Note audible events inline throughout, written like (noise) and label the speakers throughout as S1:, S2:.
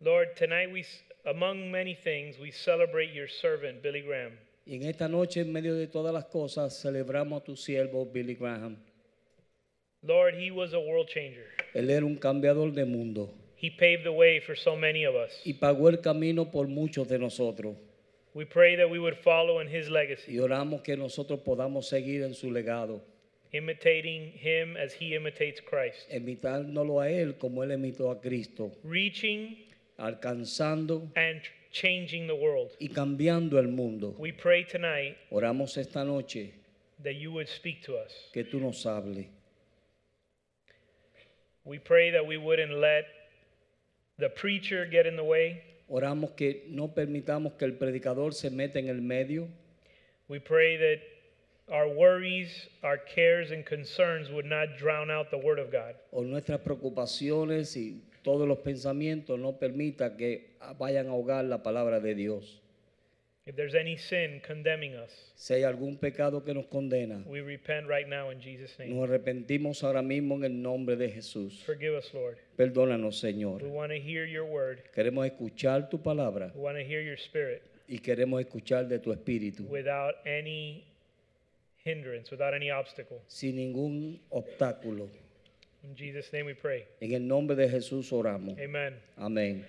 S1: Lord, tonight we, s- among many things, we celebrate your servant, Billy Graham.
S2: Y en esta noche, en medio de todas las cosas, celebramos a tu siervo Billy Graham.
S1: Lord, he was a world changer.
S2: Él era un cambiador de mundo
S1: He paved the way for so many of us.
S2: y pagó el camino por muchos de nosotros.
S1: We pray that we would follow in his legacy,
S2: Y oramos que nosotros podamos seguir en su legado,
S1: imitating him as he imitates Christ,
S2: imitándolo a él como él imitó a Cristo,
S1: reaching
S2: alcanzando
S1: and tr- changing the world.
S2: y cambiando el mundo.
S1: We pray tonight
S2: Oramos esta noche
S1: that you would speak to us.
S2: que tú nos hables.
S1: We pray that we wouldn't let the preacher get in the way.
S2: Oramos que no permitamos que el predicador se meta en el medio.
S1: We pray that our worries, our cares, and concerns would not drown out the Word of God.
S2: o nuestras preocupaciones y todos los pensamientos no permita que vayan a ahogar la palabra de Dios.
S1: If there's any sin condemning us,
S2: Si hay algún pecado que nos condena,
S1: we repent right now in Jesus' name.
S2: nos arrepentimos ahora mismo en el nombre de Jesús.
S1: Forgive us, Lord.
S2: Perdónanos,
S1: We
S2: Señor.
S1: want to hear your word.
S2: Queremos escuchar tu palabra
S1: We want to hear your spirit
S2: y queremos escuchar de tu espíritu
S1: without any hindrance, without any obstacle.
S2: sin ningún obstáculo.
S1: In Jesus' name we pray.
S2: En el nombre de Jesús oramos.
S1: Amen.
S2: Amén.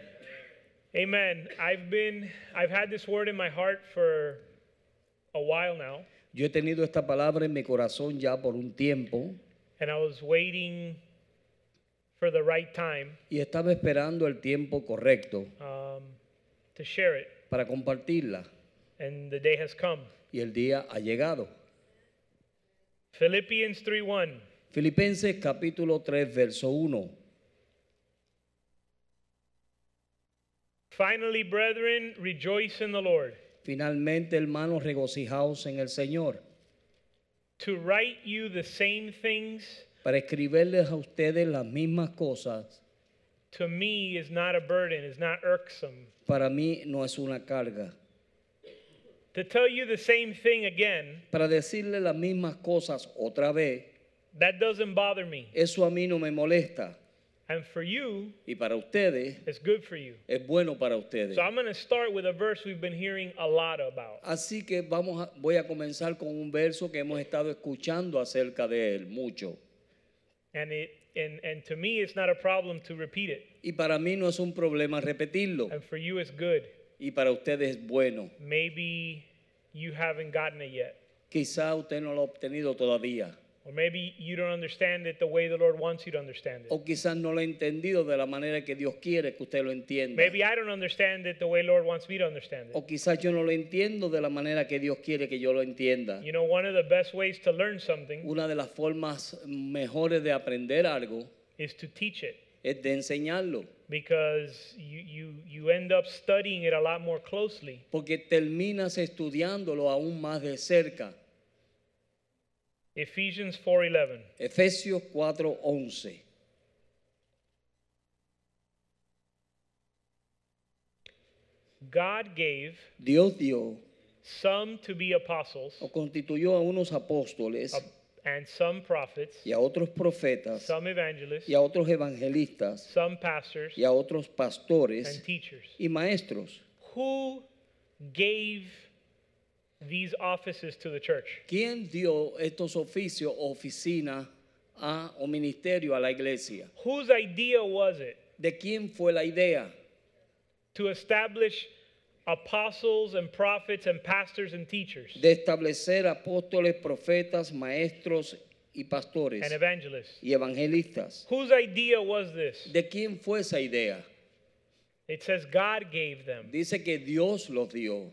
S1: Amen. I've been I've had this word in my heart for a while now,
S2: Yo he tenido esta palabra en mi corazón ya por un tiempo
S1: and I was waiting for the right time
S2: y estaba esperando el tiempo correcto
S1: um, to share it,
S2: para compartirla.
S1: and the day has come.
S2: y el día ha llegado.
S1: Philippians 3:1.
S2: Filipenses capítulo 3, verso 1.
S1: Finally, brethren, rejoice in the Lord.
S2: Finalmente, hermanos, regocijaos en el Señor.
S1: To write you the same things
S2: Para escribirles a ustedes las mismas cosas,
S1: to me is not a burden, is not irksome.
S2: para mí no es una carga.
S1: To tell you the same thing again,
S2: Para decirles las mismas cosas otra vez,
S1: that doesn't bother me.
S2: eso a mí no me molesta.
S1: And for you,
S2: Y para ustedes,
S1: it's good for you.
S2: es bueno para ustedes.
S1: So I'm going to start with a verse we've been hearing a lot about.
S2: Así que vamos a- voy a comenzar con un verso que hemos estado escuchando acerca de él mucho.
S1: And it and and to me it's not a problem to repeat it.
S2: Y para mí no es un problema repetirlo.
S1: And for you it's good.
S2: Y para ustedes es bueno.
S1: Maybe you haven't gotten it yet.
S2: Quizá usted no lo ha obtenido todavía.
S1: Or maybe you don't understand it the way the Lord wants you to understand it.
S2: O quizás no lo ha entendido de la manera que Dios quiere que usted lo entienda.
S1: Maybe I don't understand it the way Lord wants me to understand it.
S2: O quizás yo no lo entiendo de la manera que Dios quiere que yo lo entienda.
S1: You know, one of the best ways to learn something
S2: Una de las formas mejores de aprender algo
S1: is to teach it
S2: es de enseñarlo.
S1: because you, you, you end up studying it a lot more closely.
S2: Porque terminas estudiándolo aún más de cerca.
S1: Ephesians 4:11.
S2: Efesios 4:11.
S1: God gave
S2: Dios dio
S1: some to be apostles
S2: o constituyó a unos apóstoles
S1: a- and some prophets,
S2: y a otros profetas
S1: some evangelists,
S2: y a otros evangelistas
S1: some pastors
S2: y a otros pastores
S1: and teachers.
S2: y maestros.
S1: Who gave these offices to the church?
S2: ¿Quién dio estos oficios, oficinas a, o ministerio a la iglesia?
S1: Whose idea was it
S2: ¿De quién fue la idea?
S1: to establish apostles and prophets and pastors and teachers
S2: De establecer apóstoles, profetas, maestros y pastores
S1: and evangelists?
S2: y evangelistas.
S1: Whose idea was this?
S2: ¿De quién fue esa idea?
S1: It says God gave them.
S2: Dice que Dios los dio.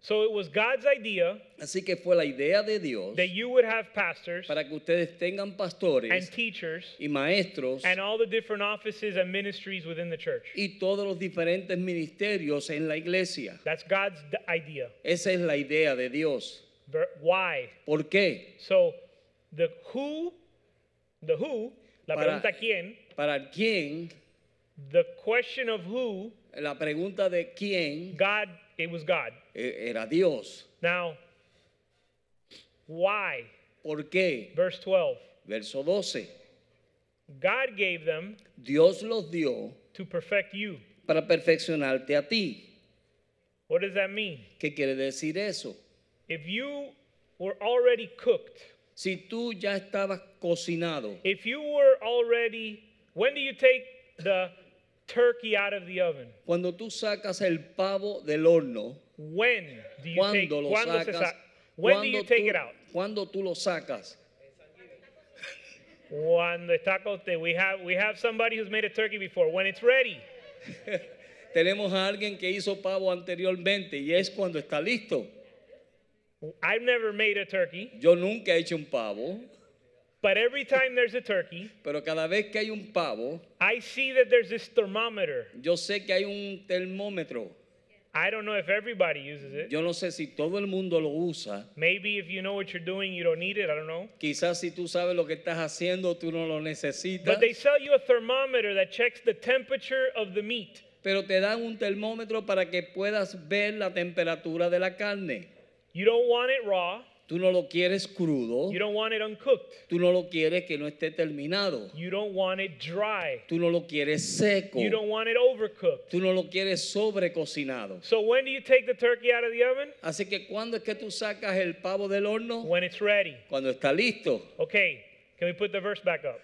S1: So it was God's idea
S2: Así que fue la idea de Dios
S1: that you would have pastors
S2: para que ustedes tengan
S1: and
S2: pastores
S1: teachers
S2: y maestros
S1: and all the different offices and ministries within the church.
S2: y todos los diferentes ministerios en la iglesia.
S1: That's God's d- idea.
S2: Esa es la idea de Dios.
S1: Ver- Why?
S2: ¿Por qué?
S1: So the who, the who, la
S2: Para-
S1: pregunta quién,
S2: Para quién,
S1: the question of who,
S2: la pregunta de quién
S1: God, it was God.
S2: eh, era Dios.
S1: Now, why?
S2: ¿Por qué?
S1: Verse 12.
S2: Verso 12.
S1: God gave them
S2: Dios los dio
S1: to perfect you.
S2: para perfeccionarte a ti.
S1: What does that mean?
S2: ¿Qué quiere decir eso?
S1: If you were already cooked,
S2: Si tú ya estabas cocinado,
S1: if you were already, when do you take the turkey out of the oven?
S2: cuando tú sacas el pavo del horno,
S1: When do you take
S2: cuando lo
S1: cuando se
S2: sacas,
S1: sa- when do
S2: cuando
S1: you take
S2: tú-
S1: it out?
S2: cuando tú lo sacas,
S1: Cuando está coste- we have we have somebody who's made a turkey before. When it's ready,
S2: tenemos a alguien que hizo pavo anteriormente y es cuando está listo.
S1: I've never made a turkey,
S2: Yo nunca he hecho un pavo,
S1: but every time there's a turkey,
S2: pero cada vez que hay un pavo,
S1: I see that there's this thermometer.
S2: yo sé que hay un termómetro.
S1: I don't know if everybody uses it.
S2: Yo no sé si todo el mundo lo usa.
S1: Maybe if you know what you're doing, you don't need it. I don't know.
S2: Quizás si tú sabes lo que estás haciendo, tú no lo necesitas.
S1: But they sell you a thermometer that checks the temperature of the meat.
S2: Pero te dan un termómetro para que puedas ver la temperatura de la carne.
S1: You don't want it raw.
S2: Tú no lo quieres crudo.
S1: You don't want it uncooked.
S2: Tú no lo quieres que no esté terminado.
S1: You don't want it dry.
S2: Tú no lo quieres seco.
S1: You don't want it overcooked.
S2: Tú no lo quieres sobrecocinado.
S1: So when do you take the turkey out of the oven?
S2: Así que cuando es que tú sacas el pavo del horno,
S1: When it's ready.
S2: cuando está listo,
S1: Okay, can we put the verse back up?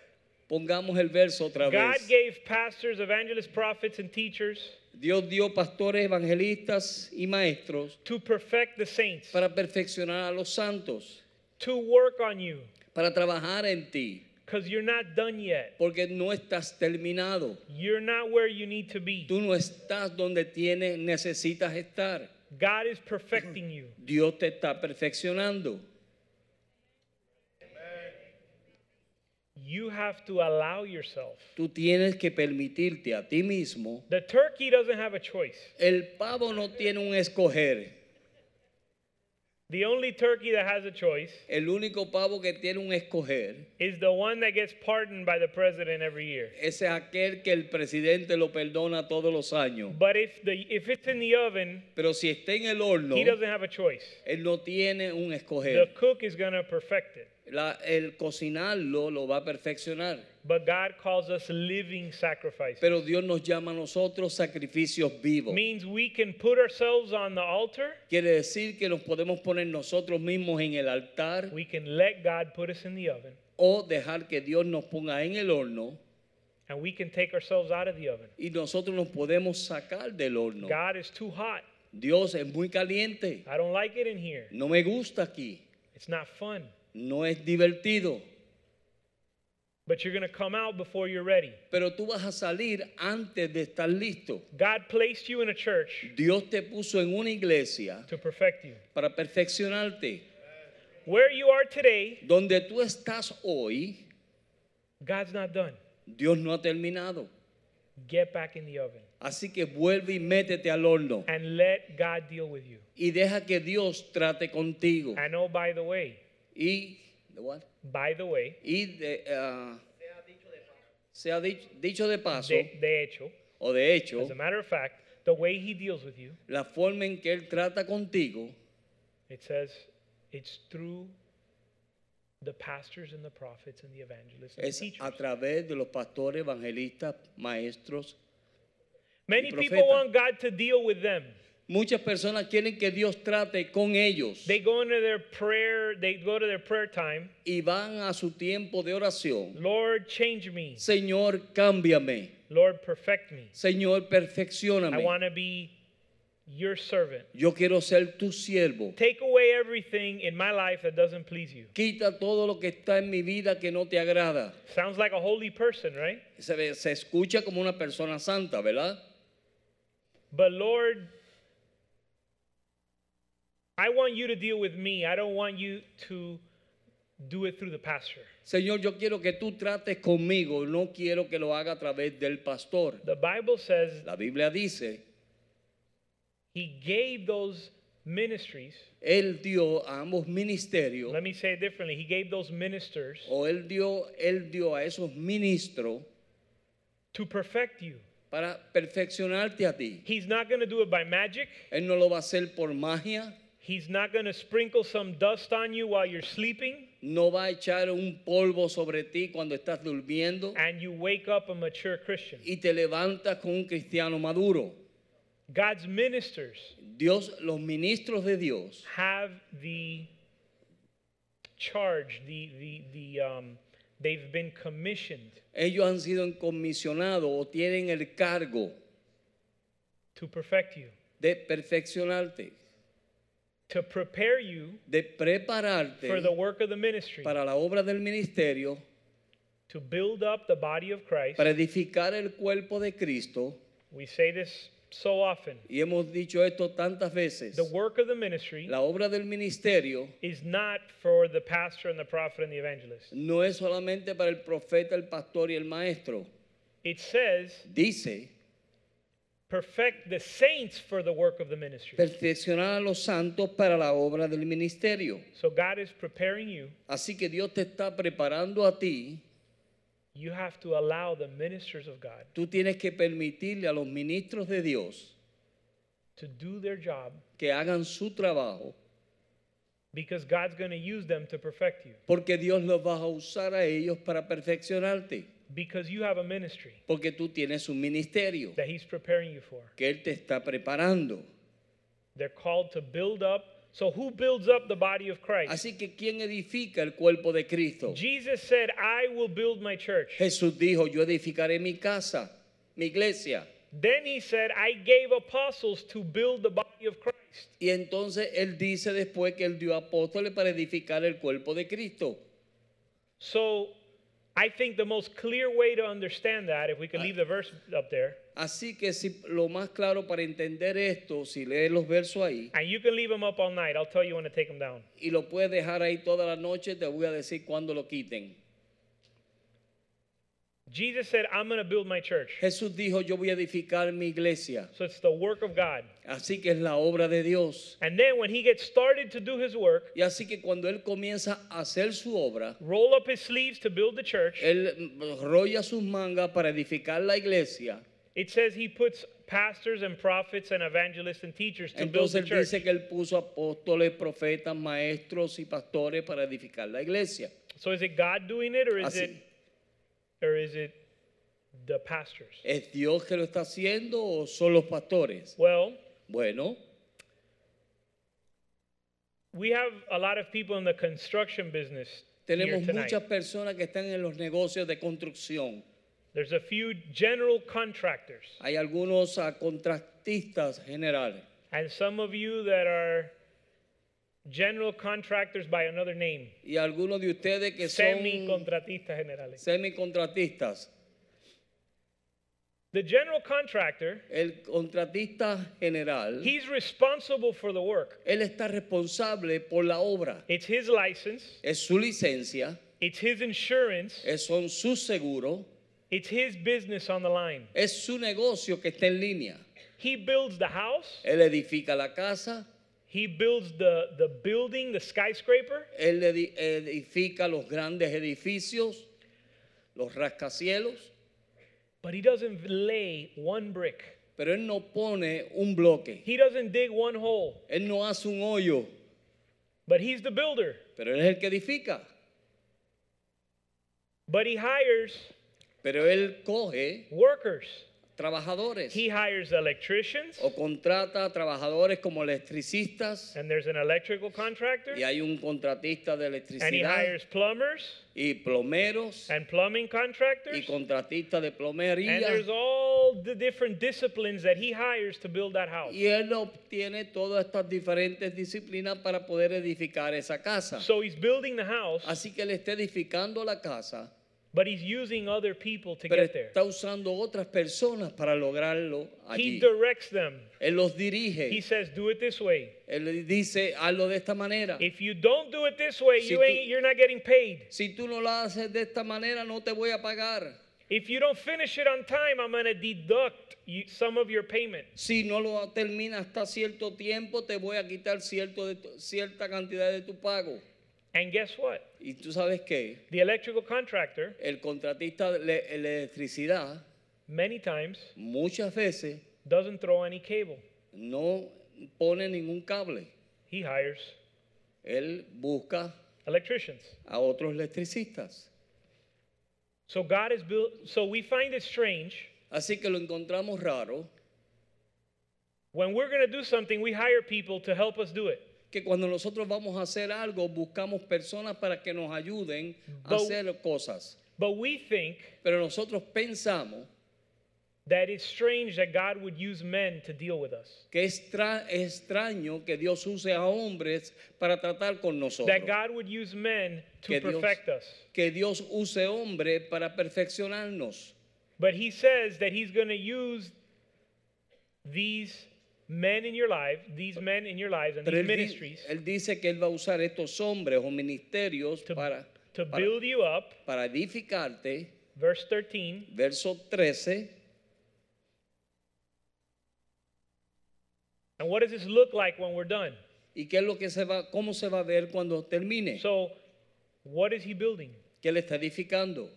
S2: pongamos el verso otra
S1: God
S2: vez.
S1: gave pastors, evangelists, prophets, and teachers
S2: Dios dio pastores, evangelistas y maestros
S1: to perfect the saints,
S2: para perfeccionar a los santos,
S1: to work on you,
S2: para trabajar en ti,
S1: because you're not done yet.
S2: porque no estás terminado.
S1: You're not where you need to be.
S2: Tú no estás donde tienes, necesitas estar.
S1: God is perfecting you.
S2: Dios te está perfeccionando.
S1: You have to allow yourself.
S2: Tú tienes que permitirte a ti mismo.
S1: The turkey doesn't have a choice.
S2: El pavo no tiene un escoger.
S1: The only turkey that has a choice
S2: El único pavo que tiene un escoger
S1: is the one that gets pardoned by the president every year.
S2: ese es aquel que el presidente lo perdona todos los años.
S1: But if the if it's in the oven,
S2: Pero si está en el horno,
S1: he doesn't have a choice.
S2: él no tiene un
S1: The
S2: escoger.
S1: cook is going to perfect it.
S2: La- el cocinarlo lo va a perfeccionar.
S1: But God calls us living sacrifices.
S2: Pero Dios nos llama a nosotros sacrificios vivos.
S1: Means we can put ourselves on the altar.
S2: Quiere decir que nos podemos poner nosotros mismos en el altar
S1: We can let God put us in the oven,
S2: o dejar que Dios nos ponga en el horno
S1: and we can take ourselves out of the oven.
S2: y nosotros nos podemos sacar del horno.
S1: God is too hot.
S2: Dios es muy caliente.
S1: I don't like it in here.
S2: No me gusta aquí.
S1: It's not fun.
S2: No es divertido.
S1: But you're going to come out before you're ready.
S2: Pero tú vas a salir antes de estar listo.
S1: God placed you in a church
S2: Dios te puso en una iglesia
S1: to perfect you.
S2: para perfeccionarte.
S1: Where you are today,
S2: Donde tú estás hoy,
S1: God's not done.
S2: Dios no ha terminado.
S1: Get back in the oven
S2: Así que vuelve y métete al horno
S1: and let God deal with you.
S2: y deja que Dios trate contigo.
S1: And oh, by the way,
S2: Y, ¿de what?
S1: by the way,
S2: y de, ah, sea dich- dicho de paso
S1: de, de hecho,
S2: o de hecho,
S1: as a matter of fact, the way He deals with you,
S2: la forma en que Él trata contigo
S1: it says it's through the pastors and the prophets and the evangelists and the
S2: es a
S1: teachers.
S2: través de los pastores, evangelistas, maestros.
S1: Many
S2: y
S1: people
S2: profeta.
S1: want God to deal with them.
S2: Muchas personas quieren que Dios trate con ellos
S1: They go into their prayer, they go to their prayer time.
S2: y van a su tiempo de oración.
S1: Lord, change me.
S2: Señor, cámbiame.
S1: Lord, perfect me.
S2: Señor,
S1: I
S2: perfeccioname.
S1: want to be your servant.
S2: Yo quiero ser tu siervo.
S1: Take away everything in my life that doesn't please you.
S2: Quita todo lo que está en mi vida que no te agrada.
S1: Sounds like a holy person, right?
S2: Se, ve- se escucha como una persona santa, ¿verdad?
S1: But Lord, I want you to deal with me. I don't want you to do it through the pastor.
S2: Señor, yo quiero que tú trates conmigo, no quiero que lo haga a través del pastor.
S1: The Bible says
S2: La Biblia dice,
S1: he gave those ministries.
S2: Él dio a ambos ministerios,
S1: Let me say it differently. He gave those ministers
S2: o él dio, él dio a esos ministros
S1: to perfect you.
S2: para perfeccionarte a ti.
S1: He's not going to do it by magic.
S2: Él no lo va a hacer por magia,
S1: He's not going to sprinkle some dust on you while you're sleeping
S2: no va a echar un polvo sobre ti cuando estás durmiendo
S1: and you wake up a mature Christian.
S2: y te levantas con un cristiano maduro.
S1: God's ministers
S2: Dios, los ministros de Dios
S1: have the charge, the the the um, they've been commissioned
S2: Ellos han sido encomisionados o tienen el cargo
S1: to perfect you,
S2: de perfeccionarte,
S1: to prepare you
S2: de prepararte
S1: for the work of the ministry,
S2: para la obra del ministerio,
S1: to build up the body of Christ.
S2: para edificar el cuerpo de Cristo.
S1: We say this so often.
S2: Y hemos dicho esto tantas veces.
S1: The work of the ministry
S2: La obra del ministerio
S1: is not for the pastor and the prophet and the evangelist.
S2: no es solamente para el profeta, el pastor y el maestro.
S1: It says,
S2: Dice,
S1: perfect the saints for the work of the ministry.
S2: perfeccionar a los santos para la obra del ministerio.
S1: So God is preparing you.
S2: Así que Dios te está preparando a ti.
S1: You have to allow the ministers of God
S2: Tú tienes que permitirle a los ministros de Dios
S1: to do their job
S2: que hagan su trabajo,
S1: because God's going to use them to perfect you.
S2: porque Dios los va a usar a ellos para perfeccionarte,
S1: Because you have a ministry
S2: porque tú tienes un ministerio
S1: that He's preparing you for.
S2: que Él te está preparando.
S1: They're called to build up. So, who builds up the body of Christ?
S2: Así que ¿quién edifica el cuerpo de Cristo?
S1: Jesus said, I will build my church.
S2: Jesús dijo, yo edificaré mi casa, mi iglesia.
S1: Then he said, I gave apostles to build the body of Christ.
S2: Y entonces Él dice después que Él dio apóstoles para edificar el cuerpo de Cristo.
S1: So I think the most clear way to understand that, if we could leave the verse up there,
S2: Así que si, lo más claro para entender esto, si lees los versos ahí,
S1: and you can leave them up all night. I'll tell you when to take them down.
S2: y lo puedes dejar ahí toda la noche, te voy a decir cuándo lo quiten.
S1: Jesus said, I'm going to build my church.
S2: Jesús dijo, yo voy a edificar mi iglesia.
S1: So it's the work of God.
S2: Así que es la obra de Dios.
S1: And then when he gets started to do his work,
S2: Y así que cuando Él comienza a hacer su obra,
S1: roll up his sleeves to build the church,
S2: Él rolla sus mangas para edificar la iglesia.
S1: it says he puts pastors and prophets and evangelists and teachers to build
S2: Entonces
S1: the
S2: Él
S1: church.
S2: dice que Él puso apóstoles, profetas, maestros y pastores para edificar la iglesia.
S1: So is it God doing it or is
S2: Así.
S1: it or is it the pastors?
S2: ¿Es Dios que lo está haciendo o son los pastores?
S1: Well,
S2: Bueno,
S1: we have a lot of people in the construction business here
S2: tenemos
S1: tonight.
S2: muchas personas que están en los negocios de construcción.
S1: There's a few general contractors
S2: Hay algunos ah, contractistas generales.
S1: and some of you that are general contractors by another name.
S2: Y algunos de ustedes que son
S1: Semicontratistas generales.
S2: semicontratistas.
S1: The general contractor,
S2: El contratista general,
S1: he's responsible for the work.
S2: él está responsable por la obra.
S1: It's his license,
S2: Es su licencia,
S1: it's his insurance,
S2: es- son sus seguros,
S1: it's his business on the line.
S2: es su negocio que está en línea.
S1: He builds the house,
S2: Él edifica la casa,
S1: he builds the, the building, the skyscraper,
S2: él edi- edifica los grandes edificios, los rascacielos,
S1: but he doesn't lay one brick.
S2: pero él no pone un bloque,
S1: He doesn't dig one hole,
S2: él no hace un hoyo,
S1: but he's the builder.
S2: pero él es el que edifica.
S1: But he hires
S2: Pero él coge
S1: workers.
S2: trabajadores
S1: He hires electricians,
S2: o contrata a trabajadores como electricistas
S1: and there's an electrical contractor,
S2: y hay un contratista de
S1: and he
S2: electricidad
S1: hires plumbers
S2: y plomeros
S1: and plumbing
S2: y
S1: contractors.
S2: contratista de
S1: And
S2: plomería
S1: there's all the different disciplines that he hires to build that house.
S2: y él obtiene todas estas diferentes disciplinas para poder edificar esa casa.
S1: So he's building the house,
S2: Así que él está edificando la casa
S1: But he's using other people to
S2: Pero
S1: get there.
S2: está usando otras personas para lograrlo
S1: He
S2: allí.
S1: directs them.
S2: Él los
S1: He
S2: dirige.
S1: says, "Do it this way.
S2: Él le dice, hazlo de esta manera.
S1: If you don't do it this way,
S2: Si
S1: you
S2: tú-
S1: ain't, you're not getting paid.
S2: Si tú no lo haces de esta manera, no te voy a pagar.
S1: If you don't finish it on time, I'm going to deduct you, some of your payment.
S2: Si no lo terminas hasta cierto tiempo, te voy a quitar cierto de tu- cierta cantidad de tu pago.
S1: And guess what?
S2: Y tú sabes qué?
S1: The electrical contractor,
S2: El contratista de le- electricidad
S1: many times,
S2: muchas veces
S1: doesn't throw any cable.
S2: no pone ningún cable.
S1: He hires
S2: Él busca
S1: electricians.
S2: a otros electricistas.
S1: So God is built. So we find it strange
S2: Así que lo encontramos raro
S1: when we're going to do something, we hire people to help us do it.
S2: que cuando nosotros vamos a hacer algo buscamos personas para que nos ayuden a
S1: But-
S2: hacer cosas.
S1: But we think
S2: Pero nosotros pensamos
S1: that it's strange that God would use men to deal with us.
S2: que es tra- es extraño que Dios use a hombres para tratar con nosotros.
S1: That God would use men to
S2: Que Dios-
S1: perfect us.
S2: Que Dios use hombres para perfeccionarnos.
S1: But he says that he's going to use these men in your life, these men in your lives and
S2: Pero
S1: these
S2: él, di-
S1: ministries
S2: él dice que Él va a usar estos hombres o ministerios
S1: to,
S2: para,
S1: to
S2: para,
S1: build you up.
S2: para edificarte.
S1: Verse 13.
S2: Verso 13.
S1: And what does this look like when we're done?
S2: ¿Y qué es lo que se va, cómo se va a ver cuando termine?
S1: So, what is he building?
S2: que Él está edificando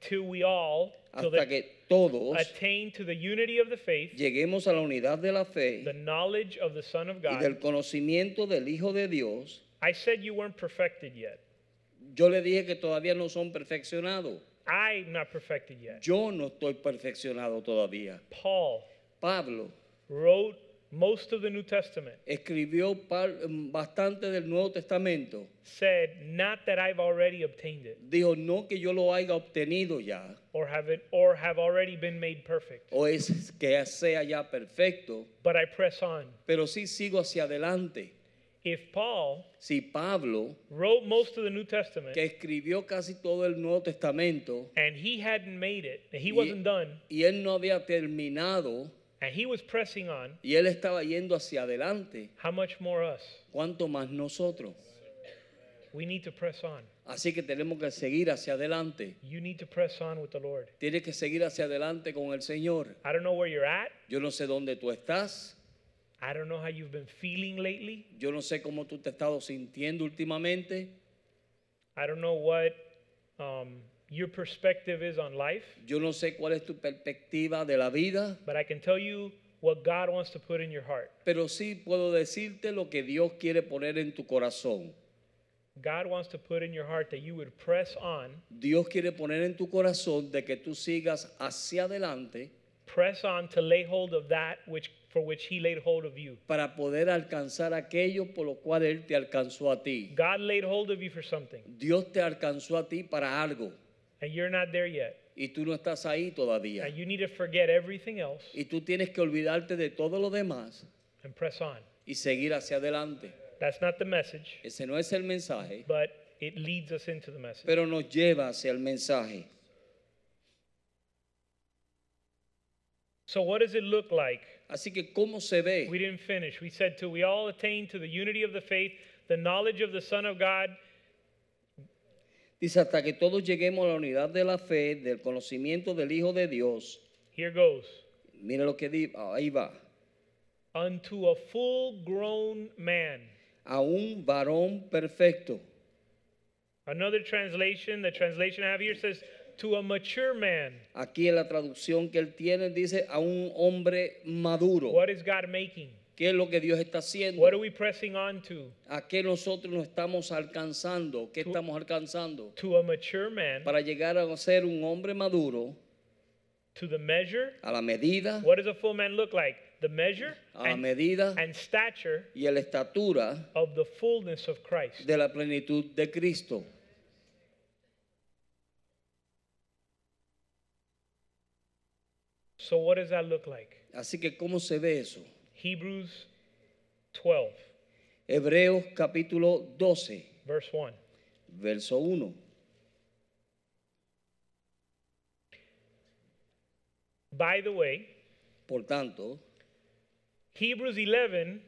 S1: Till we all, till the,
S2: hasta que todos
S1: attain to the unity of the faith,
S2: lleguemos a la unidad de la
S1: the
S2: fe
S1: knowledge of the Son of
S2: y del
S1: God.
S2: conocimiento del Hijo de Dios.
S1: I said you weren't perfected yet.
S2: Yo le dije que todavía no son perfeccionados.
S1: I'm not perfected yet.
S2: Yo no estoy perfeccionado todavía.
S1: Paul
S2: Pablo
S1: wrote most of the New Testament,
S2: escribió par- mm, bastante del Nuevo Testamento.
S1: said, Not that I've already obtained it.
S2: Dijo, no que yo lo haya obtenido ya,
S1: or have it or have already been made perfect
S2: o es que sea ya perfecto,
S1: but i press on
S2: pero sí sigo hacia adelante.
S1: if paul
S2: Si Pablo,
S1: wrote most of the new testament
S2: que escribió casi todo el Nuevo Testamento,
S1: and he hadn't made it and he
S2: Ye-
S1: wasn't done
S2: y él no había terminado,
S1: and he was pressing on
S2: y él estaba yendo hacia adelante,
S1: how much more us
S2: ¿cuánto más nosotros?
S1: we need to press on
S2: Así que tenemos que seguir hacia adelante.
S1: you need to press on with the lord
S2: Tienes que seguir hacia adelante con el Señor.
S1: i don't know where you're at
S2: Yo no sé dónde tú estás,
S1: i don't know how you've been feeling lately
S2: yo no sé cómo tú te has estado sintiendo últimamente,
S1: i don't know what um, your perspective is on life
S2: yo no sé cuál es tu perspectiva de la vida,
S1: but i can tell you what god wants to put in your heart
S2: pero sí puedo decirte lo que Dios quiere poner en tu corazón.
S1: god wants to put in your heart that you would press on
S2: Dios quiere poner en tu corazón de que tú sigas hacia adelante
S1: press on to lay hold of that which for which he laid hold of you
S2: para poder alcanzar aquello por lo cual Él te alcanzó a ti.
S1: god laid hold of you for something
S2: Dios te alcanzó a ti para algo
S1: and you're not there yet
S2: y tú no estás ahí todavía.
S1: and you need to forget everything else
S2: Y tú tienes que olvidarte de todo lo demás
S1: and press on
S2: y seguir hacia adelante.
S1: that's not the message
S2: Ese no es el mensaje,
S1: but it leads us into the message
S2: pero nos lleva hacia el mensaje.
S1: so what does it look like
S2: Así que, ¿cómo se
S1: we
S2: ve?
S1: didn't finish we said till we all attain to the unity of the faith the knowledge of the son of god
S2: Dice, hasta que todos lleguemos a la unidad de la fe, del conocimiento del Hijo de Dios.
S1: here goes
S2: Mira lo que dice, ahí va.
S1: unto a full grown man
S2: A un varón perfecto.
S1: another translation the translation i have here says to a mature man
S2: Aquí en la traducción que él tiene dice a un hombre maduro.
S1: what is god making
S2: ¿Qué es lo que Dios está haciendo?
S1: What are we pressing on to?
S2: ¿A qué nosotros nos estamos alcanzando? ¿Qué
S1: Tú-
S2: estamos alcanzando?
S1: To a mature man,
S2: Para llegar a ser un hombre maduro
S1: to the measure.
S2: a la medida,
S1: What does a full man look like? The measure
S2: a la
S1: and,
S2: medida
S1: and stature
S2: y a la estatura
S1: of the fullness of Christ.
S2: de la plenitud de Cristo.
S1: So, what does that look like?
S2: Así que ¿cómo se ve eso?
S1: Hebrews 12,
S2: Hebreos capítulo 12,
S1: verse 1.
S2: verso 1.
S1: By the way,
S2: Por tanto,
S1: Hebrews 11,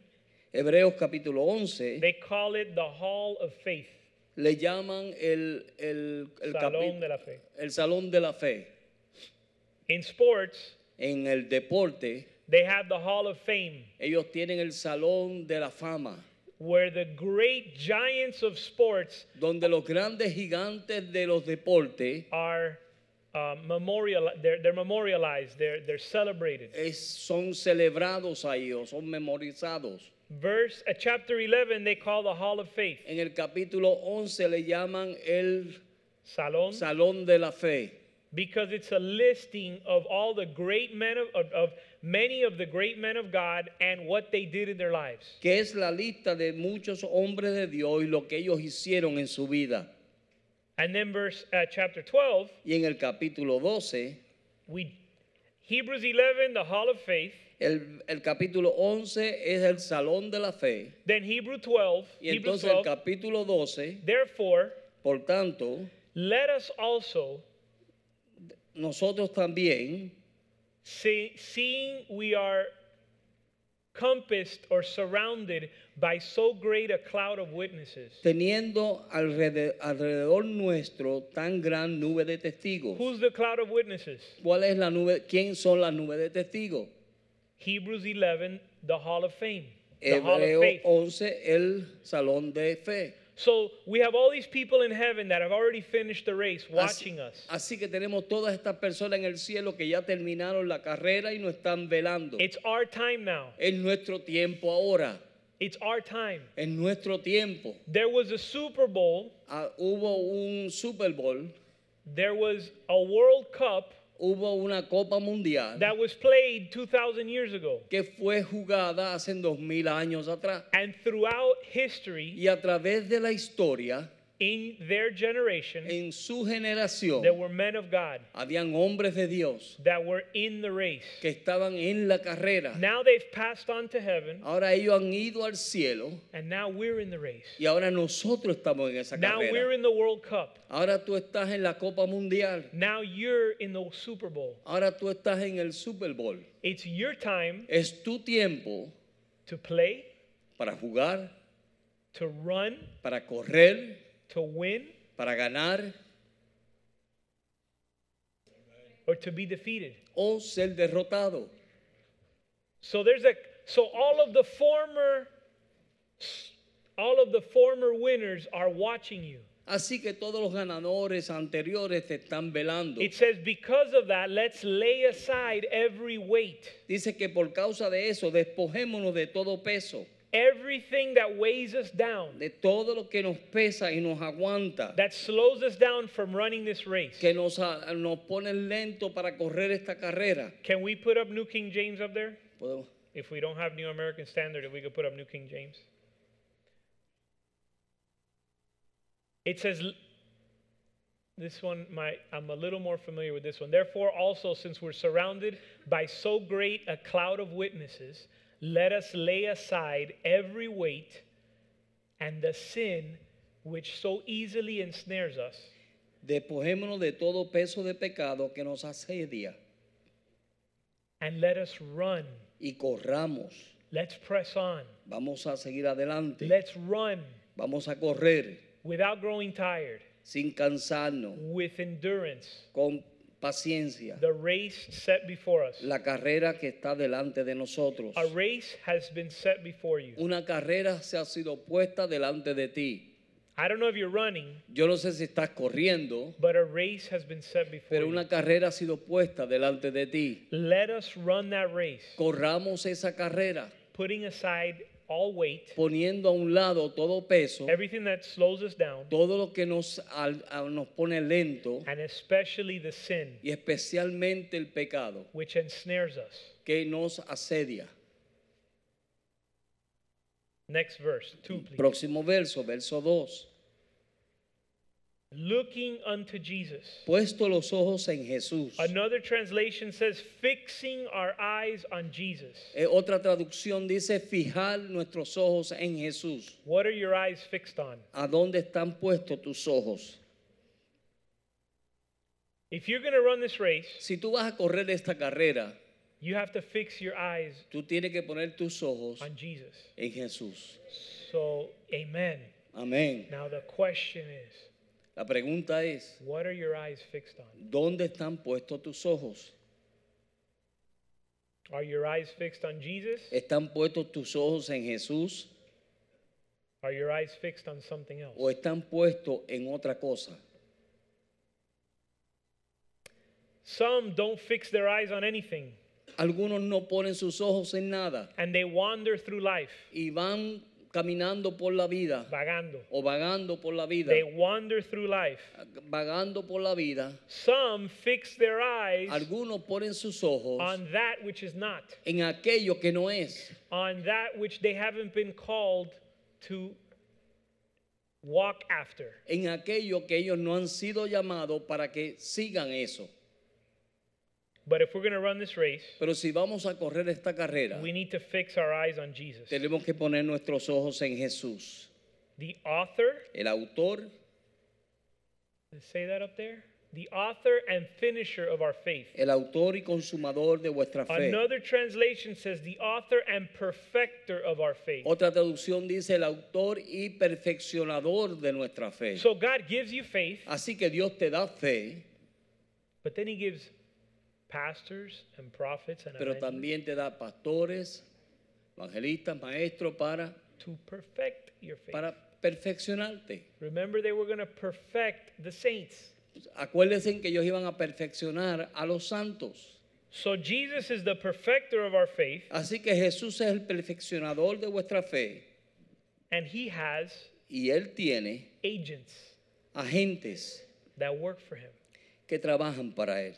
S2: Hebreos capítulo 11
S1: they call it the hall of faith,
S2: le llaman el, el, el
S1: Salón
S2: capi-
S1: de la Fe.
S2: el salón de la fe.
S1: In sports,
S2: En el deporte,
S1: they have the hall of fame,
S2: ellos tienen el salón de la fama,
S1: where the great giants of sports
S2: donde los grandes gigantes de los deportes
S1: are uh, memorial, they're, they're memorialized, they're, they're celebrated.
S2: es- son celebrados ahí o son memorizados.
S1: Verse, uh, chapter 11, they call the hall of faith,
S2: En el capítulo 11 le llaman el
S1: Salon,
S2: salón de la fe.
S1: because it's a listing of all the great men of, of, of many of the great men of God and what they did in their lives.
S2: que es la lista de muchos hombres de Dios y lo que ellos hicieron en su vida.
S1: And then verse uh, chapter 12,
S2: Y en el capítulo 12,
S1: we Hebrews 11, the hall of faith,
S2: el, el capítulo 11 es el salón de la fe.
S1: then Hebrew 12,
S2: Y
S1: Hebrews
S2: entonces el
S1: 12,
S2: capítulo 12,
S1: therefore
S2: por tanto,
S1: let us also
S2: nosotros también,
S1: See, seeing we are compassed or surrounded by so great a cloud of witnesses.
S2: teniendo alrede- alrededor, nuestro tan gran nube de testigos.
S1: Who's the cloud of witnesses?
S2: ¿Cuál es la nube? ¿Quién son las nubes de testigos?
S1: Hebrews 11, the hall of fame, the hall of
S2: Hebreo
S1: faith.
S2: 11, el salón de fe.
S1: So we have all these people in heaven that have already finished the race watching
S2: así,
S1: us.
S2: así que tenemos todas estas personas en el cielo que ya terminaron la carrera y nos están velando.
S1: It's our time now.
S2: Es nuestro tiempo ahora.
S1: It's our time.
S2: Es nuestro tiempo.
S1: There was a Super Bowl,
S2: Ah, hubo un Super Bowl,
S1: there was a World Cup
S2: hubo una Copa Mundial
S1: that was played 2,000 years ago.
S2: que fue jugada hace dos mil años atrás.
S1: And throughout history,
S2: Y a través de la historia,
S1: in their generation,
S2: en su generación,
S1: There were men of God
S2: habían hombres de Dios
S1: that were in the race.
S2: que estaban en la carrera.
S1: Now they've passed on to heaven,
S2: Ahora ellos han ido al cielo
S1: and now we're in the race.
S2: y ahora nosotros estamos en esa
S1: Now
S2: carrera.
S1: we're in the World Cup.
S2: Ahora tú estás en la Copa Mundial.
S1: Now you're in the Super Bowl.
S2: Ahora tú estás en el Super Bowl.
S1: It's your time
S2: Es tu tiempo
S1: to play,
S2: para jugar,
S1: to run,
S2: para correr,
S1: to win,
S2: para ganar
S1: or to be defeated.
S2: o ser derrotado.
S1: So there's a so all of the former all of the former winners are watching you.
S2: Así que todos los ganadores anteriores te están velando.
S1: It says because of that let's lay aside every weight,
S2: Dice que por causa de eso despojémonos de todo peso,
S1: everything that weighs us down.
S2: de todo lo que nos pesa y nos aguanta,
S1: that slows us down from running this race.
S2: que nos, a- nos pone lento para correr esta carrera.
S1: Can we put up New King James up there?
S2: Podemos-
S1: If we don't have New American Standard, if we could put up New King James. It says, l- this one, my, I'm a little more familiar with this one. Therefore, also, since we're surrounded by so great a cloud of witnesses, let us lay aside every weight and the sin which so easily ensnares us.
S2: Despojémonos de todo peso de pecado que nos asedia.
S1: and let us run.
S2: y corramos.
S1: Let's press on.
S2: Vamos a seguir adelante.
S1: Let's run
S2: Vamos a correr
S1: without growing tired,
S2: sin cansarnos,
S1: with endurance,
S2: con paciencia.
S1: the race set before us.
S2: La carrera que está delante de nosotros.
S1: A race has been set before you.
S2: Una carrera se ha sido puesta delante de ti.
S1: I don't know if you're running,
S2: Yo no sé si estás corriendo,
S1: but a race has been set before
S2: pero
S1: you.
S2: una carrera ha sido puesta delante de ti.
S1: Let us run that race,
S2: Corramos esa carrera
S1: putting aside all weight,
S2: poniendo a un lado todo peso,
S1: everything that slows us down,
S2: todo lo que nos, al- a- nos pone lento
S1: and especially the sin
S2: y especialmente el pecado
S1: which ensnares us.
S2: que nos asedia.
S1: Next verse, two, please.
S2: Próximo verso, verso 2.
S1: Looking unto Jesus.
S2: Puesto los ojos en Jesús.
S1: Another translation says, fixing our eyes on Jesus.
S2: Eh, otra traducción dice fijar nuestros ojos en Jesús.
S1: What are your eyes fixed on?
S2: ¿A dónde están puestos tus ojos?
S1: If you're going to run this race,
S2: Si tú vas a correr esta carrera,
S1: you have to fix your eyes
S2: tú tienes que poner tus ojos
S1: on Jesus.
S2: en Jesús.
S1: So, amen.
S2: Amén.
S1: Now, the question is,
S2: La pregunta es,
S1: what are your eyes fixed on?
S2: ¿dónde están puestos tus ojos?
S1: Are your eyes fixed on Jesus?
S2: ¿Están puestos tus ojos en Jesús
S1: Are your eyes fixed on something else?
S2: o están puestos en otra cosa?
S1: Some don't fix their eyes on anything
S2: Algunos no ponen sus ojos en nada
S1: and they wander through life,
S2: y van caminando por la vida
S1: vagando.
S2: o vagando por la vida,
S1: They wander through life.
S2: vagando por la vida.
S1: Some fix their eyes
S2: Algunos ponen sus ojos
S1: on that which is not,
S2: en aquello que no es,
S1: on that which they haven't been called to walk after.
S2: en aquello que ellos no han sido llamados para que sigan eso.
S1: But if we're going to run this race,
S2: Pero si vamos a correr esta carrera,
S1: we need to fix our eyes on Jesus,
S2: tenemos que poner nuestros ojos en Jesús,
S1: the author.
S2: el autor,
S1: Say that up there. The author and finisher of our faith.
S2: el autor y consumador de vuestra fe.
S1: Another translation says the author and perfecter of our faith.
S2: Otra traducción dice el autor y perfeccionador de nuestra fe.
S1: So God gives you faith,
S2: Así que Dios te da fe,
S1: but then he gives pastors and prophets and
S2: pero
S1: evangelists
S2: también te da pastores, evangelistas, maestros para,
S1: to perfect your faith.
S2: para perfeccionarte.
S1: Remember they were going to perfect the saints.
S2: Acuérdense que ellos iban a perfeccionar a los santos.
S1: So Jesus is the perfecter of our faith
S2: Así que Jesús es el perfeccionador de vuestra fe
S1: and he has
S2: y Él tiene
S1: agents
S2: agentes
S1: that work for him.
S2: que trabajan para Él.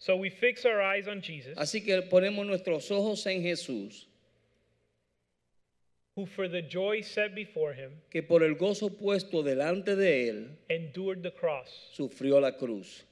S1: So we fix our eyes on Jesus
S2: Así que ponemos nuestros ojos en Jesús,
S1: who for the joy set before him
S2: que por el gozo puesto delante de Él,
S1: endured the cross.
S2: sufrió la cruz.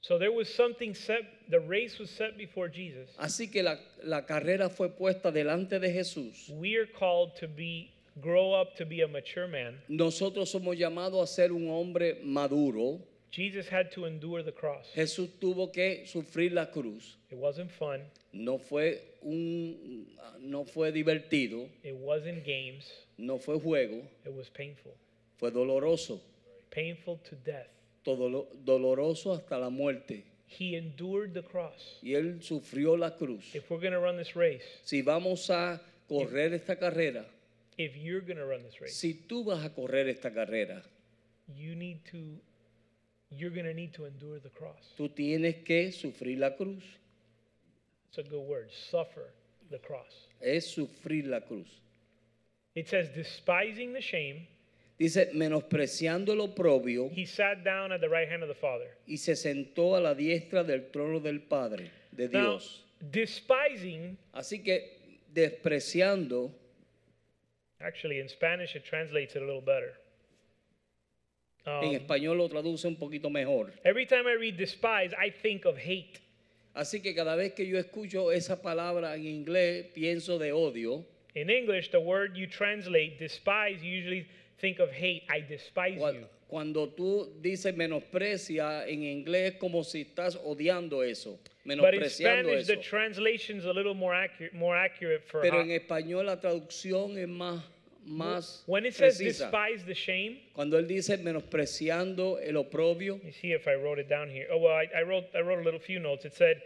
S1: So there was something set the race was set before Jesus.
S2: Así que la, la carrera fue puesta delante de Jesús.
S1: We are called to be grow up to be a mature man.
S2: Nosotros somos llamados a ser un hombre maduro.
S1: Jesus had to endure the cross.
S2: Jesús tuvo que sufrir la cruz.
S1: It wasn't fun.
S2: No fue, un, no fue divertido,
S1: It wasn't games.
S2: no fue juego,
S1: It was painful.
S2: fue doloroso.
S1: Painful to death.
S2: Todo lo- doloroso hasta la muerte.
S1: He endured the cross.
S2: Y él sufrió la cruz.
S1: If we're going to run this race,
S2: Si vamos a correr esta carrera,
S1: if you're going to run this race,
S2: si tú vas a correr esta carrera,
S1: you need to you're going to need to endure the cross.
S2: tú tienes que sufrir la cruz.
S1: It's a good word. Suffer the cross.
S2: Es sufrir la cruz.
S1: It says despising the shame,
S2: Dice, menospreciando lo propio
S1: he sat down at the right hand of the Father.
S2: y se sentó a la diestra del trono del Padre, de
S1: Now,
S2: Dios.
S1: despising,
S2: Así que despreciando,
S1: actually in Spanish it translates it a little better.
S2: en
S1: Um,
S2: español lo traduce un poquito mejor.
S1: every time I read despise, I think of hate.
S2: Así que cada vez que yo escucho esa palabra en inglés, pienso de odio.
S1: In English, the word you translate despise, you usually think of hate. I despise
S2: Cu-
S1: you.
S2: Cuando tú dices menosprecia en inglés es como si estás odiando eso,
S1: But in
S2: menospreciando
S1: Spanish,
S2: eso.
S1: the translation's a little more accurate, more accurate for
S2: Pero
S1: how-
S2: en español la traducción es más, más
S1: when it says
S2: precisa.
S1: despise the shame.
S2: Cuando él dice menospreciando el oprobio,
S1: Let me see if I wrote it down here. Oh well, I, I wrote I wrote a little few notes. It said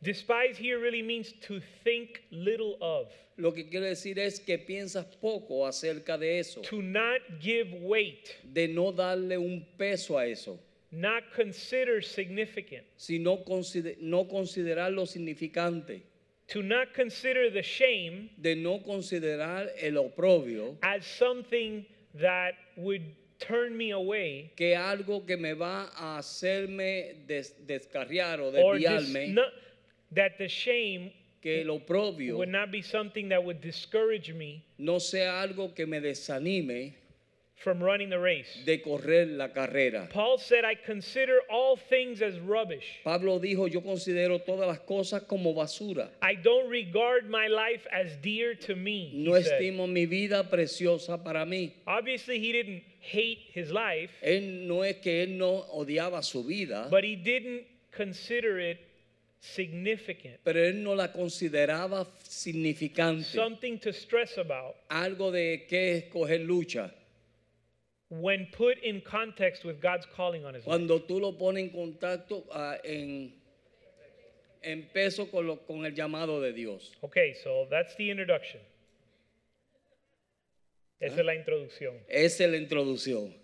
S1: despise here really means to think little of,
S2: lo que quiere decir es que piensas poco acerca de eso,
S1: to not give weight,
S2: de no darle un peso a eso,
S1: not consider significant,
S2: sino consider- no considerarlo significante,
S1: to not consider the shame
S2: de no considerar el oprobio
S1: as something that would turn me away
S2: que algo que me va a hacerme des- descarriar o
S1: or dis-
S2: desviarme,
S1: no- that the shame
S2: que el oprobio
S1: would not be something that would discourage me
S2: no sea algo que me desanime
S1: from running the race.
S2: de correr la carrera.
S1: Paul said, I consider all things as rubbish.
S2: Pablo dijo, yo considero todas las cosas como basura.
S1: I don't regard my life as dear to me. he
S2: No
S1: said.
S2: estimo mi vida preciosa para mí.
S1: Obviously, he didn't hate his life,
S2: Él no es que él no odiaba su vida,
S1: but he didn't consider it significant,
S2: pero él no la consideraba significante.
S1: something to stress about
S2: Algo de que escoger lucha.
S1: when put in context with God's calling on his life.
S2: Cuando tú lo pones en contacto ah, en, en peso con, lo- con el llamado de Dios.
S1: Okay, so that's the introduction. Esa es la introducción.
S2: Esa es la introducción.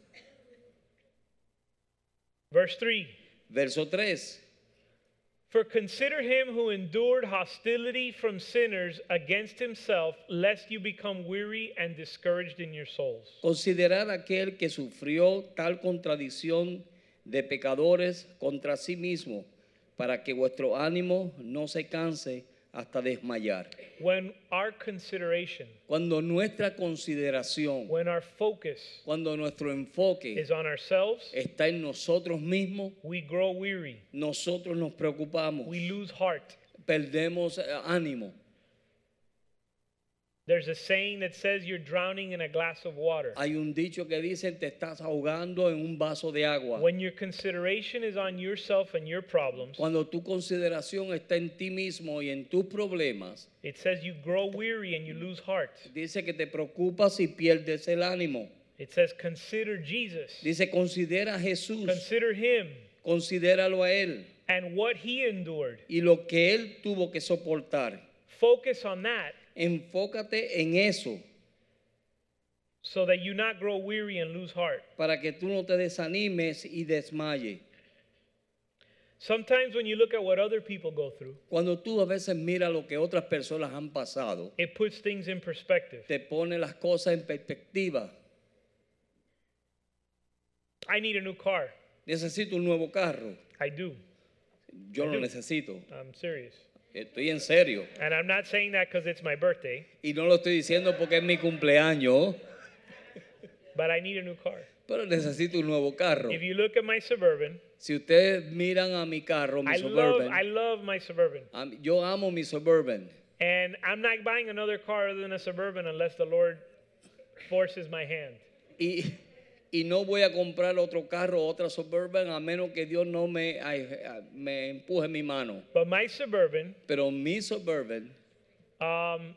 S1: Verse 3
S2: Verso 3.
S1: For consider him who endured hostility from sinners against himself, lest you become weary and discouraged in your souls.
S2: Considerar aquel que sufrió tal contradicción de pecadores contra sí mismo, para que vuestro ánimo no se canse hasta desmayar.
S1: When our consideration,
S2: Cuando nuestra consideración,
S1: when our focus
S2: cuando nuestro enfoque
S1: is on ourselves,
S2: está en nosotros mismos,
S1: we grow weary,
S2: nosotros nos preocupamos,
S1: we lose heart.
S2: perdemos eh, ánimo.
S1: There's a saying that says you're drowning in a glass of water.
S2: Hay un dicho que dice, te estás ahogando en un vaso de agua.
S1: When your consideration is on yourself and your problems,
S2: Cuando tu consideración está en ti mismo y en tus problemas,
S1: it says you grow weary and you lose heart.
S2: Dice que te preocupas y pierdes el ánimo.
S1: It says consider Jesus,
S2: Dice, considera a Jesús,
S1: consider him
S2: considéralo a Él
S1: and what he endured.
S2: y lo que Él tuvo que soportar.
S1: Focus on that
S2: Enfócate en eso
S1: so that you not grow weary and lose heart.
S2: para que tú no te desanimes y desmayes.
S1: Sometimes when you look at what other people go through,
S2: Cuando tú a veces miras lo que otras personas han pasado,
S1: it puts things in perspective.
S2: te pone las cosas en perspectiva.
S1: I need a new car.
S2: Necesito un nuevo carro.
S1: I do.
S2: Yo lo necesito.
S1: I'm serious.
S2: Estoy en serio.
S1: And I'm not saying that because it's my birthday,
S2: Y no lo estoy diciendo porque es mi cumpleaños,
S1: but I need a new car.
S2: pero necesito un nuevo carro.
S1: If you look at my Suburban,
S2: Si ustedes miran a mi carro, mi
S1: I love,
S2: Suburban,
S1: I love my Suburban.
S2: a mi- yo amo mi Suburban.
S1: And I'm not buying another car other than a Suburban unless the Lord forces my hand.
S2: Y, (laughs) y no voy a comprar otro carro, otra Suburban, a menos que Dios no me, ay, a- me empuje mi mano.
S1: But my Suburban,
S2: Pero mi Suburban
S1: um,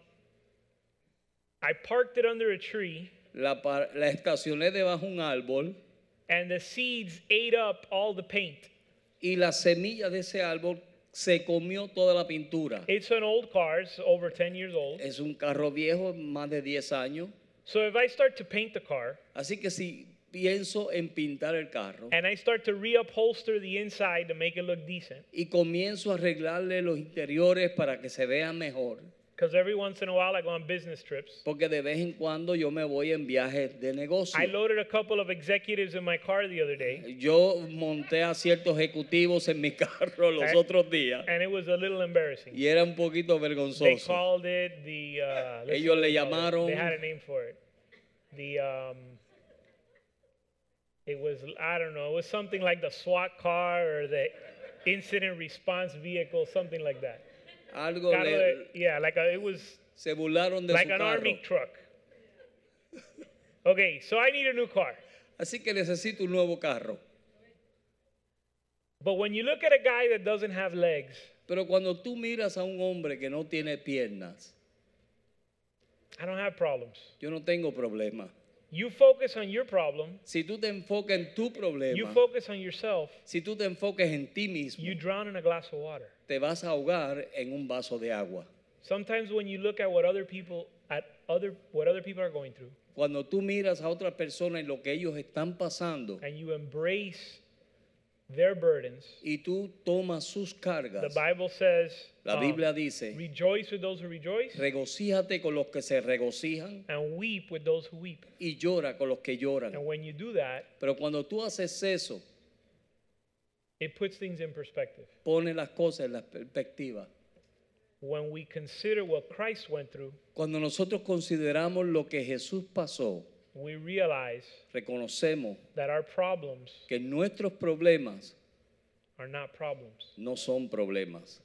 S1: I parked it under a tree,
S2: la, pa- la estacioné debajo de un árbol
S1: and the seeds ate up all the paint.
S2: y la semilla de ese árbol se comió toda la pintura.
S1: It's an old car, it's over 10 years old.
S2: Es un carro viejo, más de 10 años.
S1: So if I start to paint the car
S2: Así que si pienso en pintar el carro
S1: and I start to reupholster the inside to make it look decent,
S2: y comienzo a arreglarle los interiores para que se vea mejor,
S1: because every once in a while I go on business trips.
S2: Porque de vez en cuando yo me voy en viajes de negocio.
S1: I loaded a couple of executives in my car the other day,
S2: Yo monté a ciertos ejecutivos en mi (laughs) carro los
S1: Eh.
S2: otros días
S1: and it was a little embarrassing.
S2: y era un poquito
S1: They
S2: vergonzoso.
S1: called it the. Uh, let's see what
S2: Ellos
S1: they called it.
S2: le
S1: They
S2: llamaron-
S1: had a name for it. The. Um, it was I don't know. It was something like the SWAT car or the incident response vehicle, something like that.
S2: Algo
S1: Carro
S2: le-
S1: de- yeah, like a, it was
S2: se burlaron de
S1: like
S2: su
S1: an
S2: carro.
S1: army truck. Okay, so I need a new car.
S2: Así que necesito un nuevo carro.
S1: But when you look at a guy that doesn't have legs,
S2: Pero cuando tú miras a un hombre que no tiene piernas,
S1: I don't have problems.
S2: yo no tengo problema.
S1: You focus on your problem.
S2: Si tú te enfocas en tu
S1: You
S2: problema,
S1: focus on yourself.
S2: si tú te enfocas en ti mismo,
S1: You drown in a glass of water.
S2: te vas a ahogar en un vaso de agua.
S1: Sometimes when you look at what other people at other what other people are going through
S2: Cuando tú miras a otras personas y lo que ellos están pasando,
S1: and you embrace their burdens,
S2: y tú tomas sus
S1: the
S2: cargas.
S1: Bible says
S2: La
S1: um,
S2: Biblia dice,
S1: rejoice with those who rejoice
S2: regocíjate con los que se regocijan
S1: and weep with those who weep.
S2: y llora con los que lloran.
S1: And when you do that,
S2: Pero cuando tú haces eso,
S1: it puts things in perspective.
S2: pone las cosas en la perspectiva.
S1: When we consider what Christ went through,
S2: Cuando nosotros consideramos lo que Jesús pasó,
S1: we realize
S2: reconocemos
S1: that our problems
S2: que nuestros problemas
S1: are not problems.
S2: no son problemas.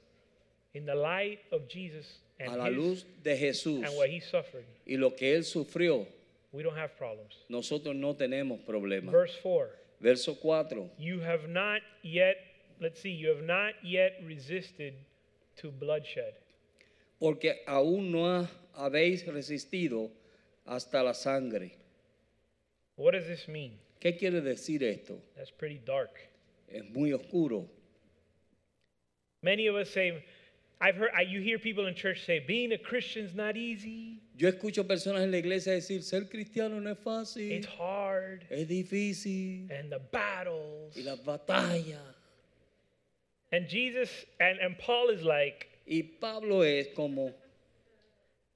S1: In the light of Jesus and,
S2: A la
S1: his-
S2: luz de Jesús
S1: and what he suffered,
S2: y lo que Él sufrió,
S1: we don't have problems.
S2: nosotros no tenemos problemas.
S1: Verse 4
S2: Verso 4.
S1: You have not yet, let's see, you have not yet resisted to bloodshed.
S2: Porque aún no ha- habéis resistido hasta la sangre.
S1: What does this mean?
S2: ¿Qué quiere decir esto?
S1: That's pretty dark.
S2: Es muy oscuro.
S1: Many of us say, I've heard, I, you hear people in church say, being a Christian's not easy,
S2: Yo escucho personas en la iglesia decir, ser cristiano no es
S1: it's
S2: fácil,
S1: hard,
S2: es difícil,
S1: and the battles.
S2: y las batallas.
S1: And Jesus and, and Paul is like,
S2: Y Pablo es como,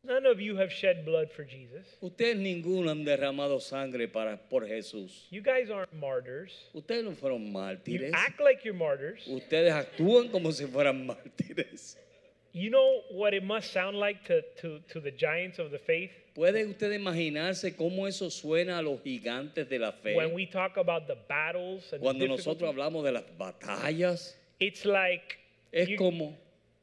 S1: none of you have shed blood for Jesus.
S2: ustedes ninguno han derramado sangre para, por Jesús.
S1: You guys aren't martyrs.
S2: Ustedes no fueron
S1: You
S2: mártires.
S1: act like you're martyrs.
S2: Ustedes actúan como si fueran mártires.
S1: You know what it must sound like to, to, to the giants of the faith
S2: ¿Pueden ustedes imaginarse cómo eso suena a los gigantes de la fe?
S1: when we talk about the battles and the
S2: Cuando nosotros
S1: difficulties?
S2: hablamos de las batallas,
S1: It's like,
S2: es
S1: you-
S2: como,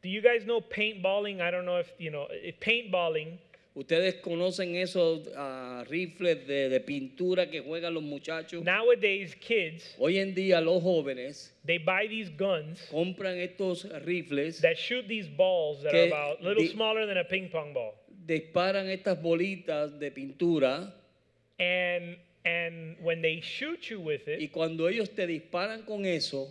S1: do you guys know paintballing? I don't know if, you know, eh, paintballing.
S2: ustedes conocen esos ah, rifles de, de pintura que juegan los muchachos.
S1: Nowadays, kids,
S2: Hoy en día los jóvenes
S1: they buy these guns
S2: compran estos rifles,
S1: that shoot these balls that are
S2: Que
S1: about a little
S2: di-
S1: smaller than a ping pong ball.
S2: disparan estas bolitas de pintura
S1: And and when they shoot you with
S2: y
S1: it,
S2: cuando ellos te disparan con eso,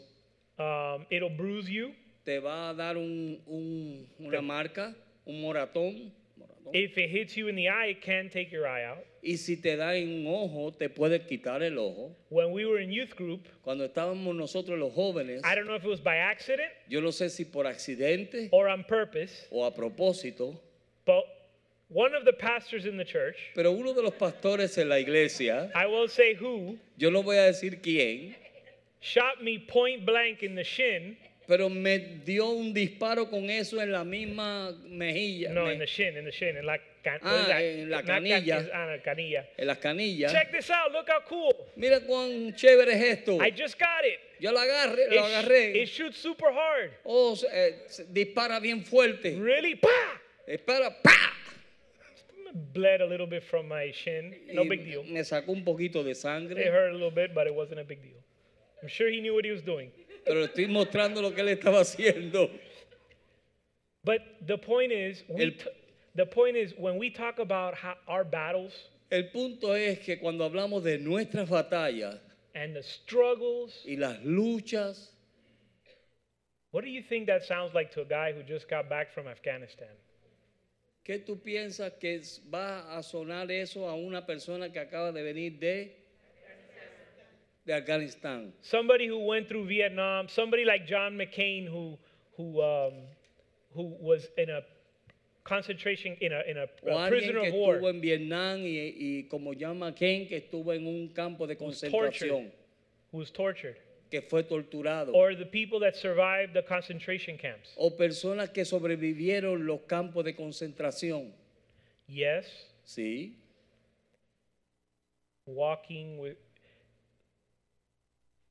S1: um, it'll bruise you.
S2: te va a dar un- un- una
S1: Te-
S2: marca, un moratón. moratón.
S1: If it hits you in the eye, it can take your eye out.
S2: Y si te da en un ojo, te puede quitar el ojo.
S1: When we were in youth group,
S2: Cuando estábamos nosotros los jóvenes,
S1: I don't know if it was by accident
S2: yo no sé si por accidente
S1: or on purpose,
S2: o a propósito,
S1: but one of the pastors in the church,
S2: pero uno de los pastores en la iglesia,
S1: I will say who,
S2: yo no voy a decir quién,
S1: shot me point blank in the shin.
S2: pero me dio un disparo con eso en la misma mejilla,
S1: No,
S2: me-
S1: in the shin, in the shin, in la, can- what
S2: Ah,
S1: is that?
S2: en la
S1: Not can-
S2: canilla.
S1: it's on a canilla.
S2: en las canillas.
S1: Check this out. Look how cool.
S2: Mira cuán chévere es esto.
S1: I just got it.
S2: Yo lo agarré,
S1: It,
S2: lo
S1: sh-
S2: agarré.
S1: it shoots super hard.
S2: Oh, se- eh, se dispara bien fuerte.
S1: Really? Bah!
S2: Dispara, ¡pa!
S1: Bled a little bit from my shin. No
S2: Y
S1: big deal.
S2: Me sacó un poquito de
S1: It
S2: sangre,
S1: hurt a little bit, but it wasn't a big deal. I'm sure he knew what he was doing.
S2: pero estoy mostrando lo que él estaba (laughs) haciendo.
S1: But the point is, we
S2: El-
S1: t- the point is when we talk about how our battles
S2: El punto es que cuando hablamos de nuestras batallas
S1: and the struggles,
S2: y las luchas,
S1: what do you think that sounds like to a guy who just got back from Afghanistan?
S2: ¿qué tú piensas que es- va a sonar eso a una persona que acaba de venir de, de Afganistán?
S1: Somebody who went through Vietnam, somebody like John McCain who who um, who was in a concentration in a in a,
S2: O
S1: a
S2: alguien
S1: prisoner
S2: que
S1: of war.
S2: estuvo en Vietnam y, y como llama Ken, que estuvo en un campo de
S1: was tortured,
S2: concentración,
S1: who was tortured,
S2: que fue torturado.
S1: or the people that survived the concentration camps.
S2: o personas que sobrevivieron los campos de concentración.
S1: Yes,
S2: Sí.
S1: walking with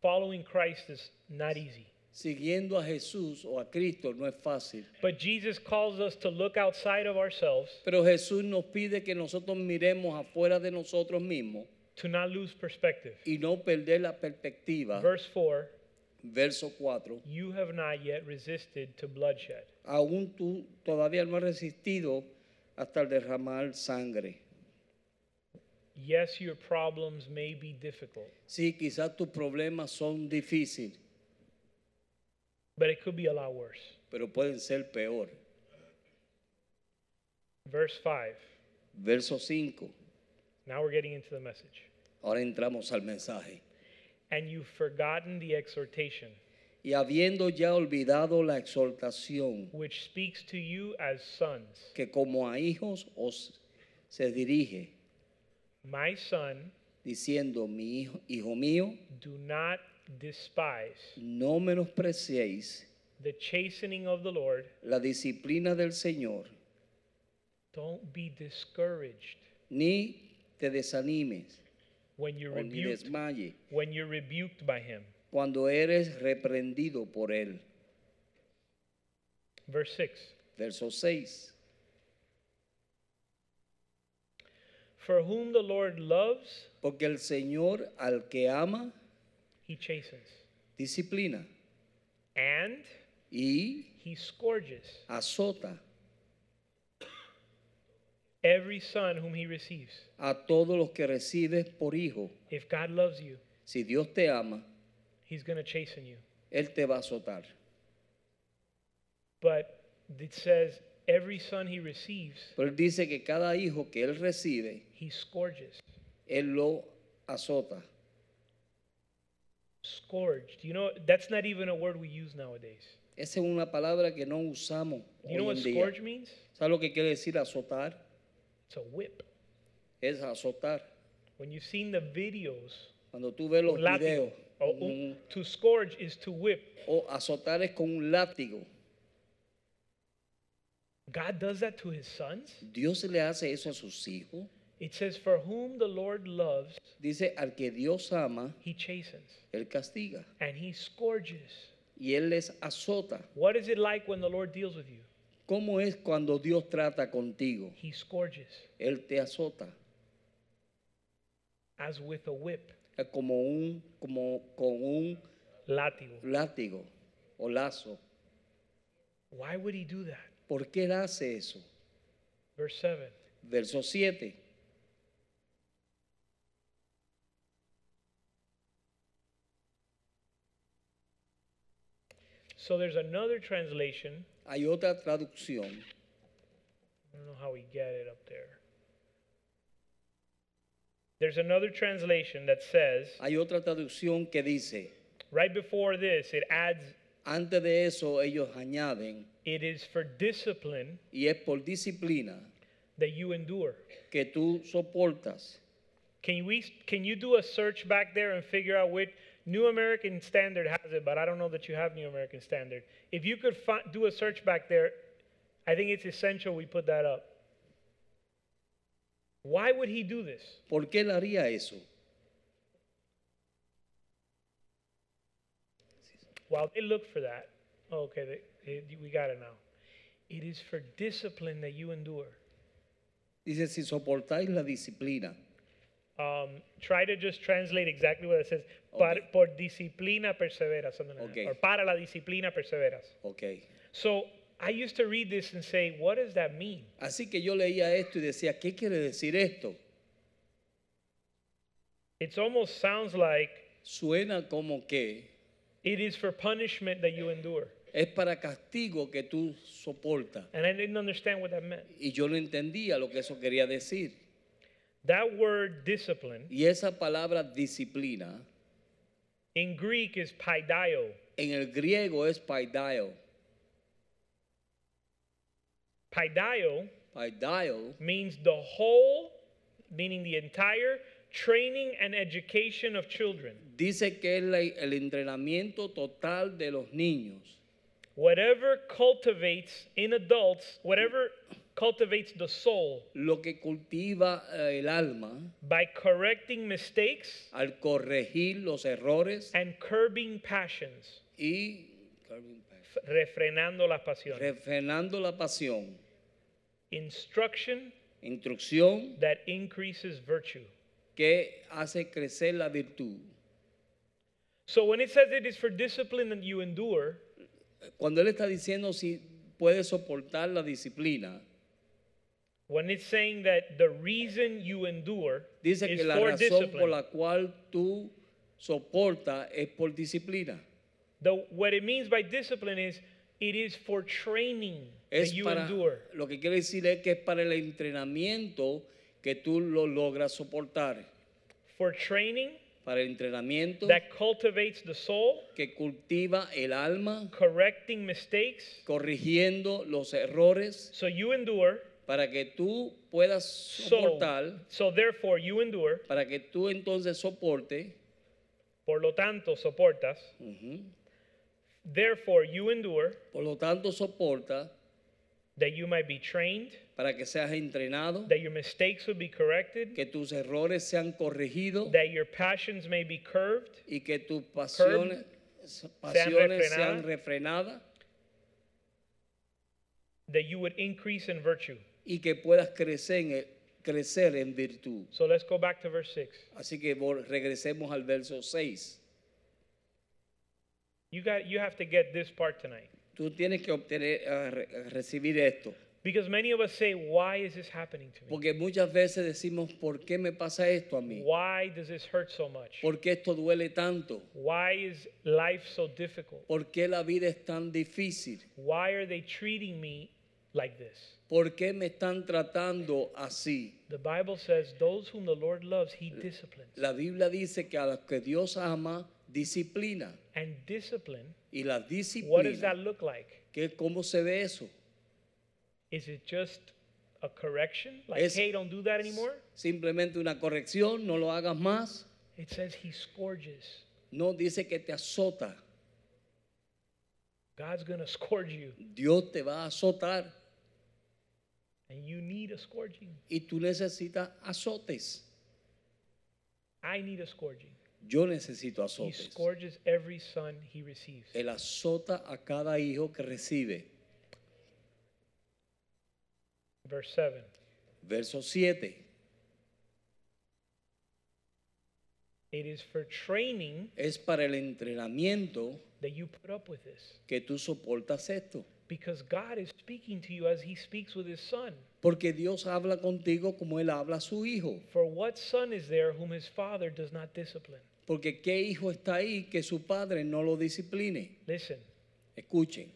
S1: following Christ is not easy.
S2: Siguiendo a Jesús o a Cristo no es fácil.
S1: But Jesus calls us to look outside of ourselves
S2: Pero Jesús nos pide que nosotros miremos afuera de nosotros mismos
S1: to not lose perspective.
S2: y no perder la perspectiva.
S1: Verse 4
S2: Verso 4.
S1: You have not yet resisted to bloodshed.
S2: Aún tú todavía no has resistido hasta el derramar sangre.
S1: Yes, your problems may be difficult,
S2: Sí, quizás tus problemas son difíciles,
S1: but it could be a lot worse.
S2: pero pueden ser peor.
S1: Verse 5.
S2: Verso 5.
S1: Now we're getting into the message.
S2: Ahora entramos al mensaje.
S1: And you've forgotten the exhortation.
S2: Y habiendo ya olvidado la exhortación
S1: which speaks to you as sons.
S2: que como a hijos os se dirige,
S1: My son,
S2: diciendo, mi hijo, hijo mío,
S1: do not despise
S2: no menospreciéis
S1: the chastening of the Lord.
S2: la disciplina del Señor,
S1: Don't be discouraged
S2: ni te desanimes
S1: when you're
S2: o ni
S1: rebuked,
S2: desmaye
S1: when you're rebuked by him.
S2: cuando eres reprendido por él.
S1: Verse 6
S2: Verso 6.
S1: For whom the Lord loves,
S2: Porque el Señor al que ama,
S1: he chastens,
S2: disciplina
S1: and
S2: y
S1: he scourges
S2: azota
S1: every son whom he receives.
S2: a todos los que recibes por hijo.
S1: If God loves you,
S2: Si Dios te ama,
S1: he's going to chasten you.
S2: Él te va a azotar.
S1: But it says, every son he receives,
S2: Pero él dice que cada hijo que él recibe,
S1: he scourges.
S2: él lo azota.
S1: Scourged. You know, that's not even a word we use nowadays.
S2: Esa es una palabra que no usamos
S1: You know
S2: hoy
S1: what
S2: en día.
S1: scourge means?
S2: ¿Sabes lo que quiere decir azotar?
S1: It's a whip.
S2: Es azotar.
S1: When you've seen the videos,
S2: Cuando tú ves los
S1: un látigo.
S2: videos, Mm-hmm.
S1: O
S2: con
S1: un-
S2: un-
S1: to scourge is to whip.
S2: o azotar es con un látigo.
S1: God does that to his sons.
S2: Dios le hace eso a sus hijos.
S1: It says, For whom the Lord loves,
S2: Dice, al que Dios ama,
S1: he chastens
S2: Él castiga
S1: and he scourges.
S2: y Él les azota.
S1: What is it like when the Lord deals with you?
S2: ¿Cómo es cuando Dios trata contigo?
S1: He scourges
S2: Él te azota
S1: as with a whip,
S2: eh, como un, como con un
S1: látigo.
S2: látigo o lazo.
S1: Why would he do that?
S2: ¿Por qué Él hace eso?
S1: Verse 7
S2: Verso 7.
S1: So there's another translation.
S2: Hay otra traducción.
S1: I don't know how we get it up there. There's another translation that says,
S2: Hay otra traducción que dice,
S1: right before this, it adds,
S2: antes de eso ellos añaden,
S1: It is for discipline
S2: y es por disciplina
S1: that you endure.
S2: que tú soportas.
S1: Can we can you do a search back there and figure out which New American Standard has it, but I don't know that you have New American Standard. If you could fi- do a search back there, I think it's essential we put that up. Why would he do this?
S2: ¿Por qué Él haría eso?
S1: While they look for that, oh, okay, they, they- we got it now. It is for discipline that you endure.
S2: Dice, si soportáis la disciplina,
S1: Um, try to just translate exactly what it says. Par,
S2: Okay.
S1: por disciplina perseveras, something like
S2: Okay.
S1: that. Or para la disciplina perseveras.
S2: ok.
S1: So I used to read this and say, what does that mean?
S2: Así que yo leía esto y decía, ¿qué quiere decir esto?
S1: It almost sounds like
S2: Suena como que
S1: it is for punishment that you endure.
S2: es para castigo que tú soportas.
S1: And I didn't understand what that meant.
S2: Y yo no entendía lo que eso quería decir.
S1: That word discipline
S2: Y esa palabra disciplina
S1: in Greek is paidaio.
S2: en el griego es paidaio.
S1: Paidaio
S2: Paidaio
S1: means the whole, meaning the entire training and education of children.
S2: dice que es la- el entrenamiento total de los niños.
S1: Whatever cultivates in adults, whatever cultivates the soul
S2: Lo que cultiva eh, el alma
S1: by correcting mistakes
S2: al corregir los errores
S1: and curbing passions,
S2: y
S1: refrenando las pasiones.
S2: refrenando la pasión.
S1: Instruction
S2: Instrucción
S1: that increases virtue.
S2: que hace crecer la virtud.
S1: So when it says it is for discipline that you endure,
S2: Cuando él está diciendo si puede soportar la disciplina,
S1: when it's saying that the reason you endure
S2: dice
S1: is
S2: que la
S1: for
S2: razón
S1: discipline,
S2: por la cual tú soportas es por disciplina.
S1: the, what it means by discipline is it is for training
S2: Es
S1: that you
S2: para,
S1: endure.
S2: lo que quiere decir es que es para el entrenamiento que tú lo logras soportar.
S1: For training
S2: Para el entrenamiento
S1: that cultivates the soul,
S2: que cultiva el alma,
S1: correcting mistakes,
S2: corrigiendo los errores,
S1: so you endure.
S2: para que tú puedas
S1: So,
S2: soportar,
S1: so therefore you endure.
S2: para que tú entonces soporte,
S1: Por lo tanto soportas. Therefore you endure
S2: por lo tanto soporta
S1: that you might be trained,
S2: para que seas entrenado,
S1: that your mistakes would be corrected,
S2: que tus errores sean corregidos
S1: that your passions may be curved,
S2: y que tus pasiones, pasiones sean
S1: refrenadas.
S2: refrenadas
S1: that you would increase in virtue.
S2: y que puedas crecer en, crecer en virtud.
S1: So let's go back to verse 6.
S2: Así que vol- regresemos al verso 6.
S1: You got you have to get this part tonight.
S2: Tú tienes que obtener, ah, re- ah, recibir esto.
S1: Because many of us say, why is this happening to me?
S2: Porque muchas veces decimos, ¿por qué me pasa esto a mí?
S1: Why does this hurt so much?
S2: ¿Por qué esto duele tanto?
S1: Why is life so difficult?
S2: ¿Por qué la vida es tan difícil?
S1: Why are they treating me like this?
S2: ¿Por qué me están tratando así?
S1: The Bible says those whom the Lord loves, he disciplines.
S2: La Biblia dice que a los que Dios ama, disciplina.
S1: And discipline,
S2: Y la
S1: what does
S2: disciplina,
S1: that look like?
S2: ¿qué- ¿cómo se ve eso?
S1: Is it just a correction? Like,
S2: Es-
S1: hey, don't do that anymore?
S2: Simplemente una corrección, no lo hagas más.
S1: It says he scourges.
S2: No dice que te azota.
S1: God's going to (laughs) scourge you.
S2: Dios te va a azotar
S1: And you need a scourging.
S2: y tú necesitas azotes.
S1: I need a scourging.
S2: Yo
S1: He
S2: necesito azotes.
S1: scourges every son he receives.
S2: Él azota a cada hijo que recibe.
S1: Verse 7.
S2: Verso 7.
S1: It is for training
S2: Es para el entrenamiento
S1: that you put up with this.
S2: que tú soportas esto.
S1: Because God is speaking to you as he speaks with his son.
S2: Porque Dios habla contigo como Él habla a su hijo.
S1: For what son is there whom his father does not discipline?
S2: Porque ¿qué hijo está ahí que su padre no lo discipline?
S1: Listen,
S2: Escuchen,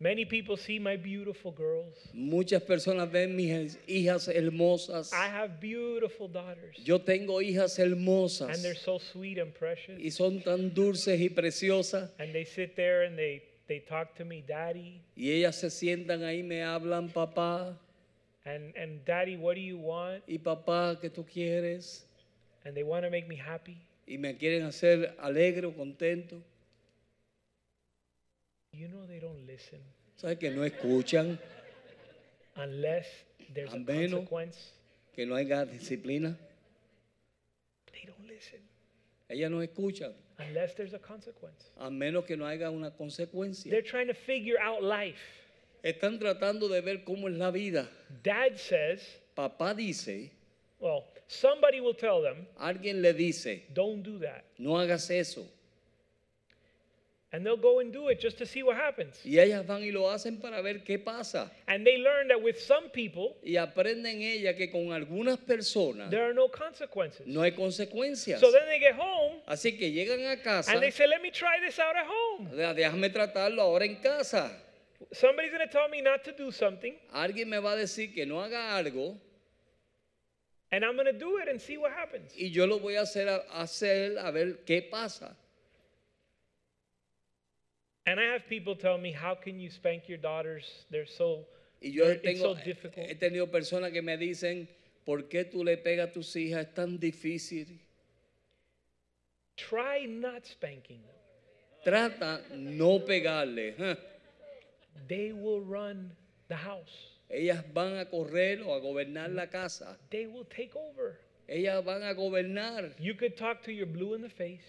S1: many people see my beautiful girls.
S2: muchas personas ven mis hijas hermosas.
S1: I have beautiful daughters.
S2: Yo tengo hijas
S1: And they're
S2: hermosas
S1: so sweet and precious.
S2: y son tan dulces y preciosas.
S1: And they sit there and they, they talk to me, Daddy.
S2: Y ellas se sientan ahí, me hablan, papá,
S1: And, and Daddy, what do you want?
S2: y papá, ¿qué tú quieres?
S1: And they want to make me happy.
S2: Y me quieren hacer alegre o contento.
S1: You know they don't listen
S2: ¿Sabes que no escuchan?
S1: unless there's a
S2: A menos-
S1: consequence.
S2: Que no haya disciplina.
S1: They don't listen
S2: Ellas no escuchan,
S1: unless there's a consequence.
S2: a menos que no haya una consecuencia.
S1: They're trying to figure out life.
S2: Están tratando de ver cómo es la vida.
S1: Dad says,
S2: Papá dice,
S1: well, somebody will tell them,
S2: alguien le dice,
S1: don't do that.
S2: no hagas eso.
S1: And they'll go and do it just to see what happens.
S2: Y ellas van y lo hacen para ver qué pasa.
S1: And they learn that with some people,
S2: Y aprenden ellas que con algunas personas
S1: there are no consequences.
S2: no hay consecuencias.
S1: So then they get home
S2: Así que llegan a casa,
S1: and they say, let me try this out at home.
S2: "Deja- déjame tratarlo ahora en casa.
S1: Somebody's going to tell me not to do something,
S2: Alguien me va a decir que no haga algo
S1: and I'm going to do it and see what happens.
S2: y yo lo voy a hacer a, hacer a ver qué pasa.
S1: And I have people tell me, how can you spank your daughters? They're so,
S2: Y yo
S1: they're- it's so
S2: tengo, eh,
S1: difficult.
S2: he tenido personas que me dicen, ¿por qué tú le pegas a tus hijas? Es tan difícil.
S1: Try not spanking them.
S2: Trata no pegarle. (laughs) ja.
S1: They will run the house.
S2: Ellas van a correr o a gobernar la casa.
S1: They will take over.
S2: Ellas van a gobernar.
S1: You could talk to your blue in the face.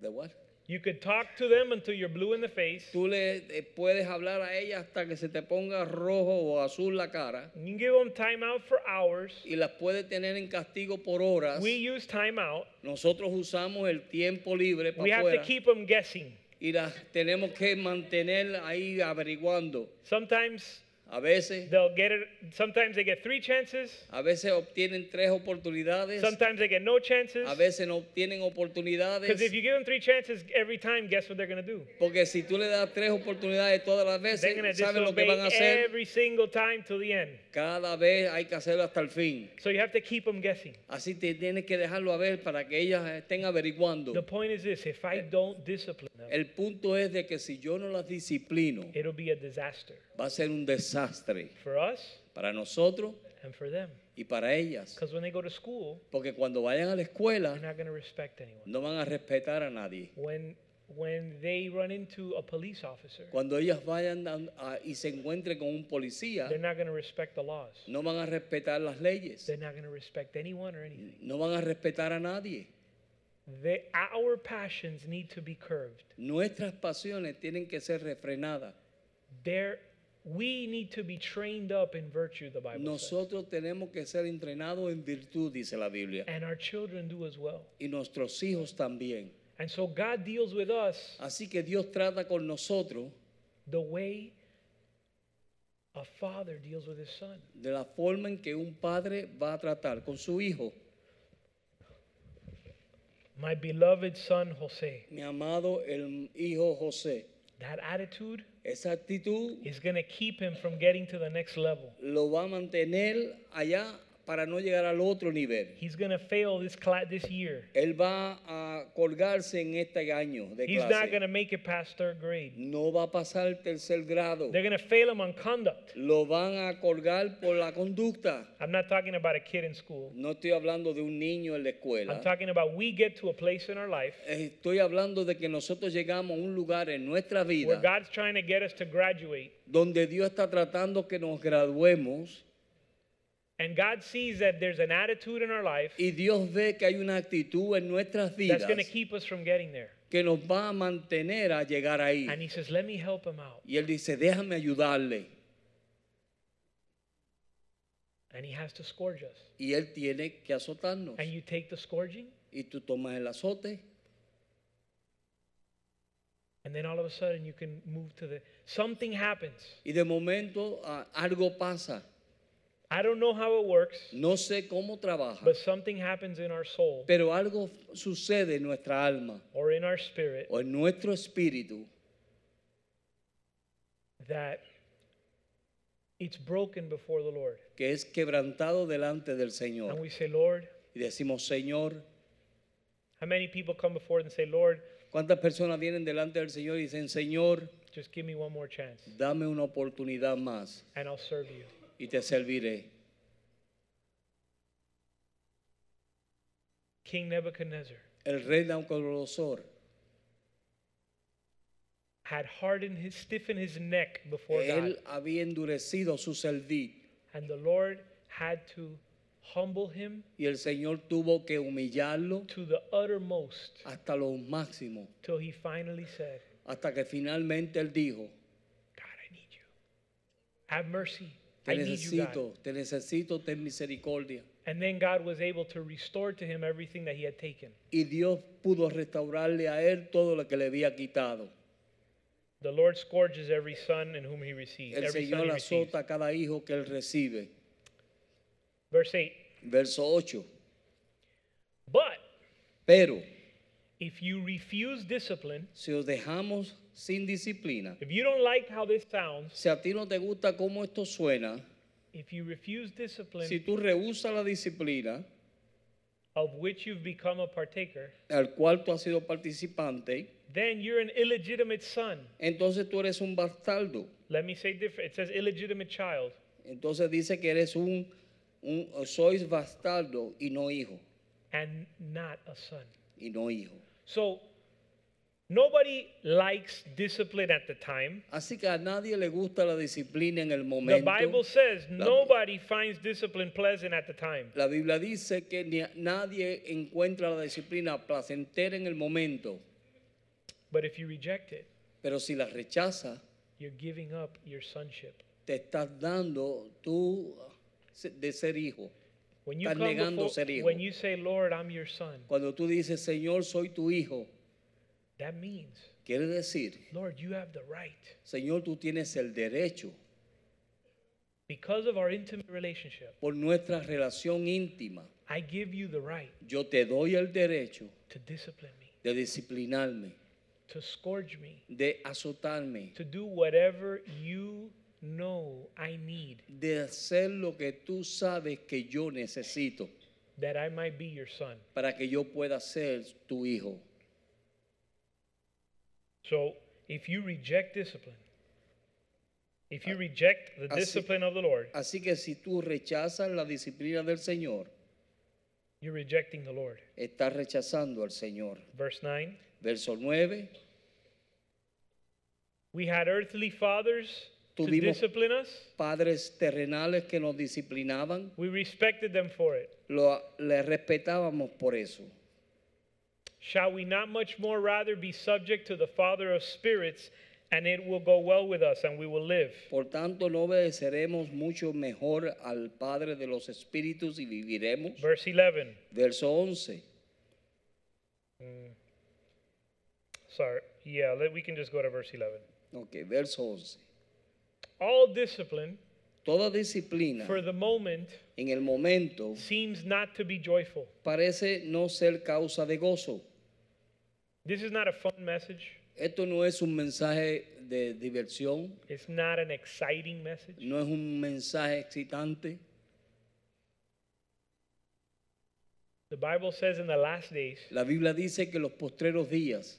S2: ¿De what?
S1: You could talk to them until you're blue in the face.
S2: Tú le eh, puedes hablar a ellas hasta que se te ponga rojo o azul la cara
S1: You can give them time out for hours.
S2: y las puedes tener en castigo por horas.
S1: We use time out.
S2: Nosotros usamos el tiempo
S1: We
S2: libre para
S1: have to
S2: afuera
S1: keep them guessing.
S2: y las tenemos que mantener ahí averiguando.
S1: Sometimes
S2: A veces,
S1: they'll get it. Sometimes they get three chances.
S2: a veces obtienen tres oportunidades,
S1: Sometimes they get no chances.
S2: a veces no obtienen
S1: Because if
S2: oportunidades.
S1: you give them three chances every time, guess what they're going to do?
S2: Porque si tú le das tres oportunidades todas las
S1: They're going to
S2: veces, saben lo que van a
S1: disobey
S2: hacer.
S1: every single time till the end.
S2: Cada vez hay que hacerlo hasta el fin.
S1: So you have to keep them guessing.
S2: Así te tienes que dejarlo a ver para que ellas estén averiguando.
S1: The point is this if I don't discipline them,
S2: El punto es de que si yo no las disciplino,
S1: it'll be a disaster
S2: va a ser un desastre
S1: for us
S2: para nosotros
S1: and for them.
S2: y para ellas.
S1: Because when they go to school,
S2: Porque cuando vayan a la
S1: they're
S2: escuela,
S1: not going to respect anyone.
S2: no van a respetar a nadie.
S1: When when they run into a police officer.
S2: Cuando ellas vayan a- a- y se encuentren con un policía,
S1: They're not going to respect the laws.
S2: no van a respetar las leyes,
S1: They're not going to respect anyone or anything.
S2: no van a respetar a nadie.
S1: The, our passions need to be curbed.
S2: Nuestras pasiones tienen que ser refrenadas.
S1: There, we need to be trained up in virtue. The Bible says,
S2: Nosotros tenemos que ser entrenados en virtud, dice la Biblia,
S1: and our children do as well.
S2: y nuestros hijos también.
S1: And so God deals with us
S2: Así que Dios trata con nosotros
S1: the way a father deals with his son.
S2: de la forma en que un padre va a tratar con su hijo.
S1: My beloved son Jose,
S2: Mi amado, el hijo José,
S1: that attitude
S2: esa actitud
S1: is going to keep him from getting to the next level.
S2: lo va a mantener allá para no llegar al otro nivel.
S1: He's going to fail this class this year.
S2: Él va a colgarse en este año de
S1: He's not
S2: clase.
S1: going to make it past third grade.
S2: No va a pasar el tercer grado.
S1: They're going to fail him on conduct.
S2: Lo van a colgar por la conducta.
S1: I'm not talking about a kid in school.
S2: No estoy hablando de un niño en la
S1: I'm
S2: escuela.
S1: talking about we get to a place in our life
S2: Estoy hablando de que nosotros llegamos a un lugar en nuestra
S1: where
S2: vida
S1: God's trying to get us to graduate,
S2: donde Dios está tratando que nos graduemos
S1: and God sees that there's an attitude in our life
S2: y Dios ve que hay una actitud en nuestras
S1: that's
S2: vidas
S1: going to keep us from getting there.
S2: que nos va a mantener a llegar ahí.
S1: And He says, Let me help him out.
S2: Y Él dice, déjame ayudarle.
S1: And He has to scourge us.
S2: Y Él tiene que azotarnos.
S1: And you take the scourging,
S2: Y tú tomas el azote
S1: and then all of a sudden you can move to the. Something happens.
S2: y de momento ah, algo pasa.
S1: I don't know how it works,
S2: No sé cómo trabaja,
S1: but something happens in our soul
S2: pero algo sucede en nuestra alma
S1: or in our spirit
S2: o en nuestro espíritu
S1: that it's broken before the Lord.
S2: que es quebrantado delante del
S1: And
S2: Señor.
S1: we say, Lord,
S2: Y decimos, Señor,
S1: how many people come before and say, Lord,
S2: ¿cuántas personas vienen delante del Señor y dicen, Señor,
S1: just give me one more chance
S2: dame una oportunidad más
S1: and I'll serve you?
S2: y te serviré?
S1: King Nebuchadnezzar
S2: El rey Nabucodonosor
S1: had hardened his, stiffened his neck before God.
S2: Él había endurecido su cerviz
S1: And the Lord had to humble him
S2: y el Señor tuvo que humillarlo
S1: to the uttermost
S2: hasta lo máximo,
S1: till he finally said,
S2: hasta que finalmente él dijo,
S1: God, I need you. Have mercy.
S2: te
S1: I need you, God.
S2: necesito, te necesito, ten misericordia.
S1: And then God was able to restore to him everything that he had taken.
S2: Y Dios pudo restaurarle a él todo lo que le había quitado.
S1: The Lord scourges every son in whom he receives.
S2: El
S1: every son
S2: Señor
S1: he receives.
S2: azota a cada hijo que él recibe.
S1: Verse 8.
S2: Verso 8.
S1: But
S2: Pero
S1: if you refuse discipline,
S2: si os dejamos sin disciplina,
S1: if you don't like how this sounds,
S2: si a ti no te gusta cómo esto suena,
S1: if you refuse discipline
S2: si tú rehusas la disciplina,
S1: of which you've become a partaker,
S2: al cual tú has sido participante,
S1: then you're an illegitimate son.
S2: entonces tú eres un bastardo.
S1: Let me say different. It says illegitimate child.
S2: Entonces dice que eres un, un sois bastardo y no hijo,
S1: and not a son.
S2: y no hijo.
S1: So nobody likes discipline at the time.
S2: Así que a nadie le gusta la disciplina en el
S1: The
S2: momento.
S1: Bible says
S2: La-
S1: nobody finds discipline pleasant at the time.
S2: La Biblia dice que ni a- nadie encuentra la disciplina placentera en el momento,
S1: But if you reject it,
S2: pero si la rechaza,
S1: you're giving up your sonship.
S2: te estás dando tú se- de ser hijo.
S1: When you,
S2: Estás
S1: come
S2: negando
S1: before-
S2: ser hijo.
S1: when you say, Lord, I'm your son,
S2: Cuando tú dices, Señor, soy tu hijo,
S1: that means,
S2: quiere decir,
S1: Lord, you have the right.
S2: Señor, tú tienes el derecho
S1: Because of our intimate relationship,
S2: por nuestra relación íntima.
S1: I give you the right
S2: Yo te doy el derecho
S1: to discipline me,
S2: de disciplinarme,
S1: to scourge me,
S2: de azotarme,
S1: to do whatever you know I need
S2: de hacer lo que tú sabes que yo necesito
S1: that I might be your son.
S2: para que yo pueda ser tu hijo.
S1: So if you reject discipline, if you reject the
S2: Uh, I see.
S1: discipline of the Lord,
S2: Así que si tú rechazas la disciplina del Señor,
S1: you're rejecting the Lord.
S2: estás rechazando al Señor.
S1: Verse 9
S2: Verso 9,
S1: We had earthly fathers to
S2: Tuvimos-
S1: discipline us.
S2: Padres terrenales que nos disciplinaban,
S1: We respected them for it.
S2: lo, les respetábamos por eso.
S1: Shall we not much more rather be subject to the Father of spirits, and it will go well with us, and we will live?
S2: Por tanto, no obedeceremos mucho mejor al Padre de los Espíritus y viviremos.
S1: Verse 11.
S2: Verso 11.
S1: Sorry. Yeah, let- we can just go to verse 11.
S2: Ok, verso 11.
S1: All discipline
S2: Toda disciplina
S1: for the moment
S2: en el momento
S1: seems not to be joyful.
S2: parece no ser causa de gozo.
S1: This is not a fun message.
S2: Esto no es un mensaje de diversión,
S1: It's not an exciting message.
S2: no es un mensaje excitante.
S1: The Bible says in the last days,
S2: La Biblia dice que los postreros días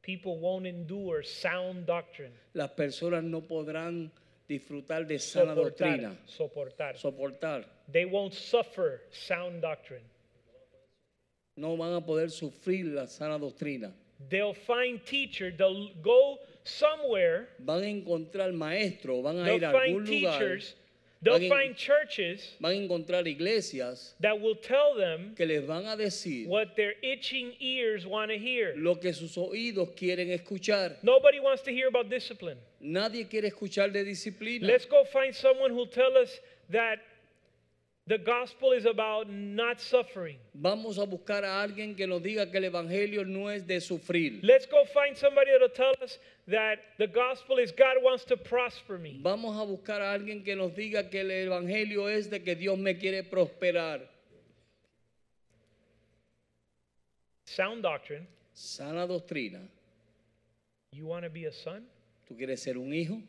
S1: people won't endure sound doctrine.
S2: las personas no podrán disfrutar de sana
S1: Soportar,
S2: doctrina,
S1: soportar.
S2: soportar.
S1: They won't suffer sound doctrine.
S2: No van a poder sufrir la sana doctrina.
S1: They'll find teacher. They'll go somewhere.
S2: Van a encontrar maestros, van a
S1: They'll
S2: ir a algún
S1: find
S2: lugar,
S1: teachers. They'll
S2: Alguien-
S1: find churches
S2: van a encontrar iglesias
S1: that will tell them
S2: que les van a decir
S1: what their itching ears want to hear.
S2: lo que sus oídos quieren escuchar.
S1: Nobody wants to hear about discipline.
S2: Nadie quiere escuchar de disciplina.
S1: Let's go find someone who'll tell us that the gospel is about not suffering.
S2: Vamos a buscar a alguien que nos diga que el evangelio no es de sufrir.
S1: Let's go find somebody that'll tell us that the gospel is God wants to prosper me.
S2: Vamos a buscar a alguien que nos diga que el evangelio es de que Dios me quiere prosperar.
S1: Sound doctrine.
S2: Sana doctrina.
S1: You want to be a son?
S2: Tú quieres ser un hijo,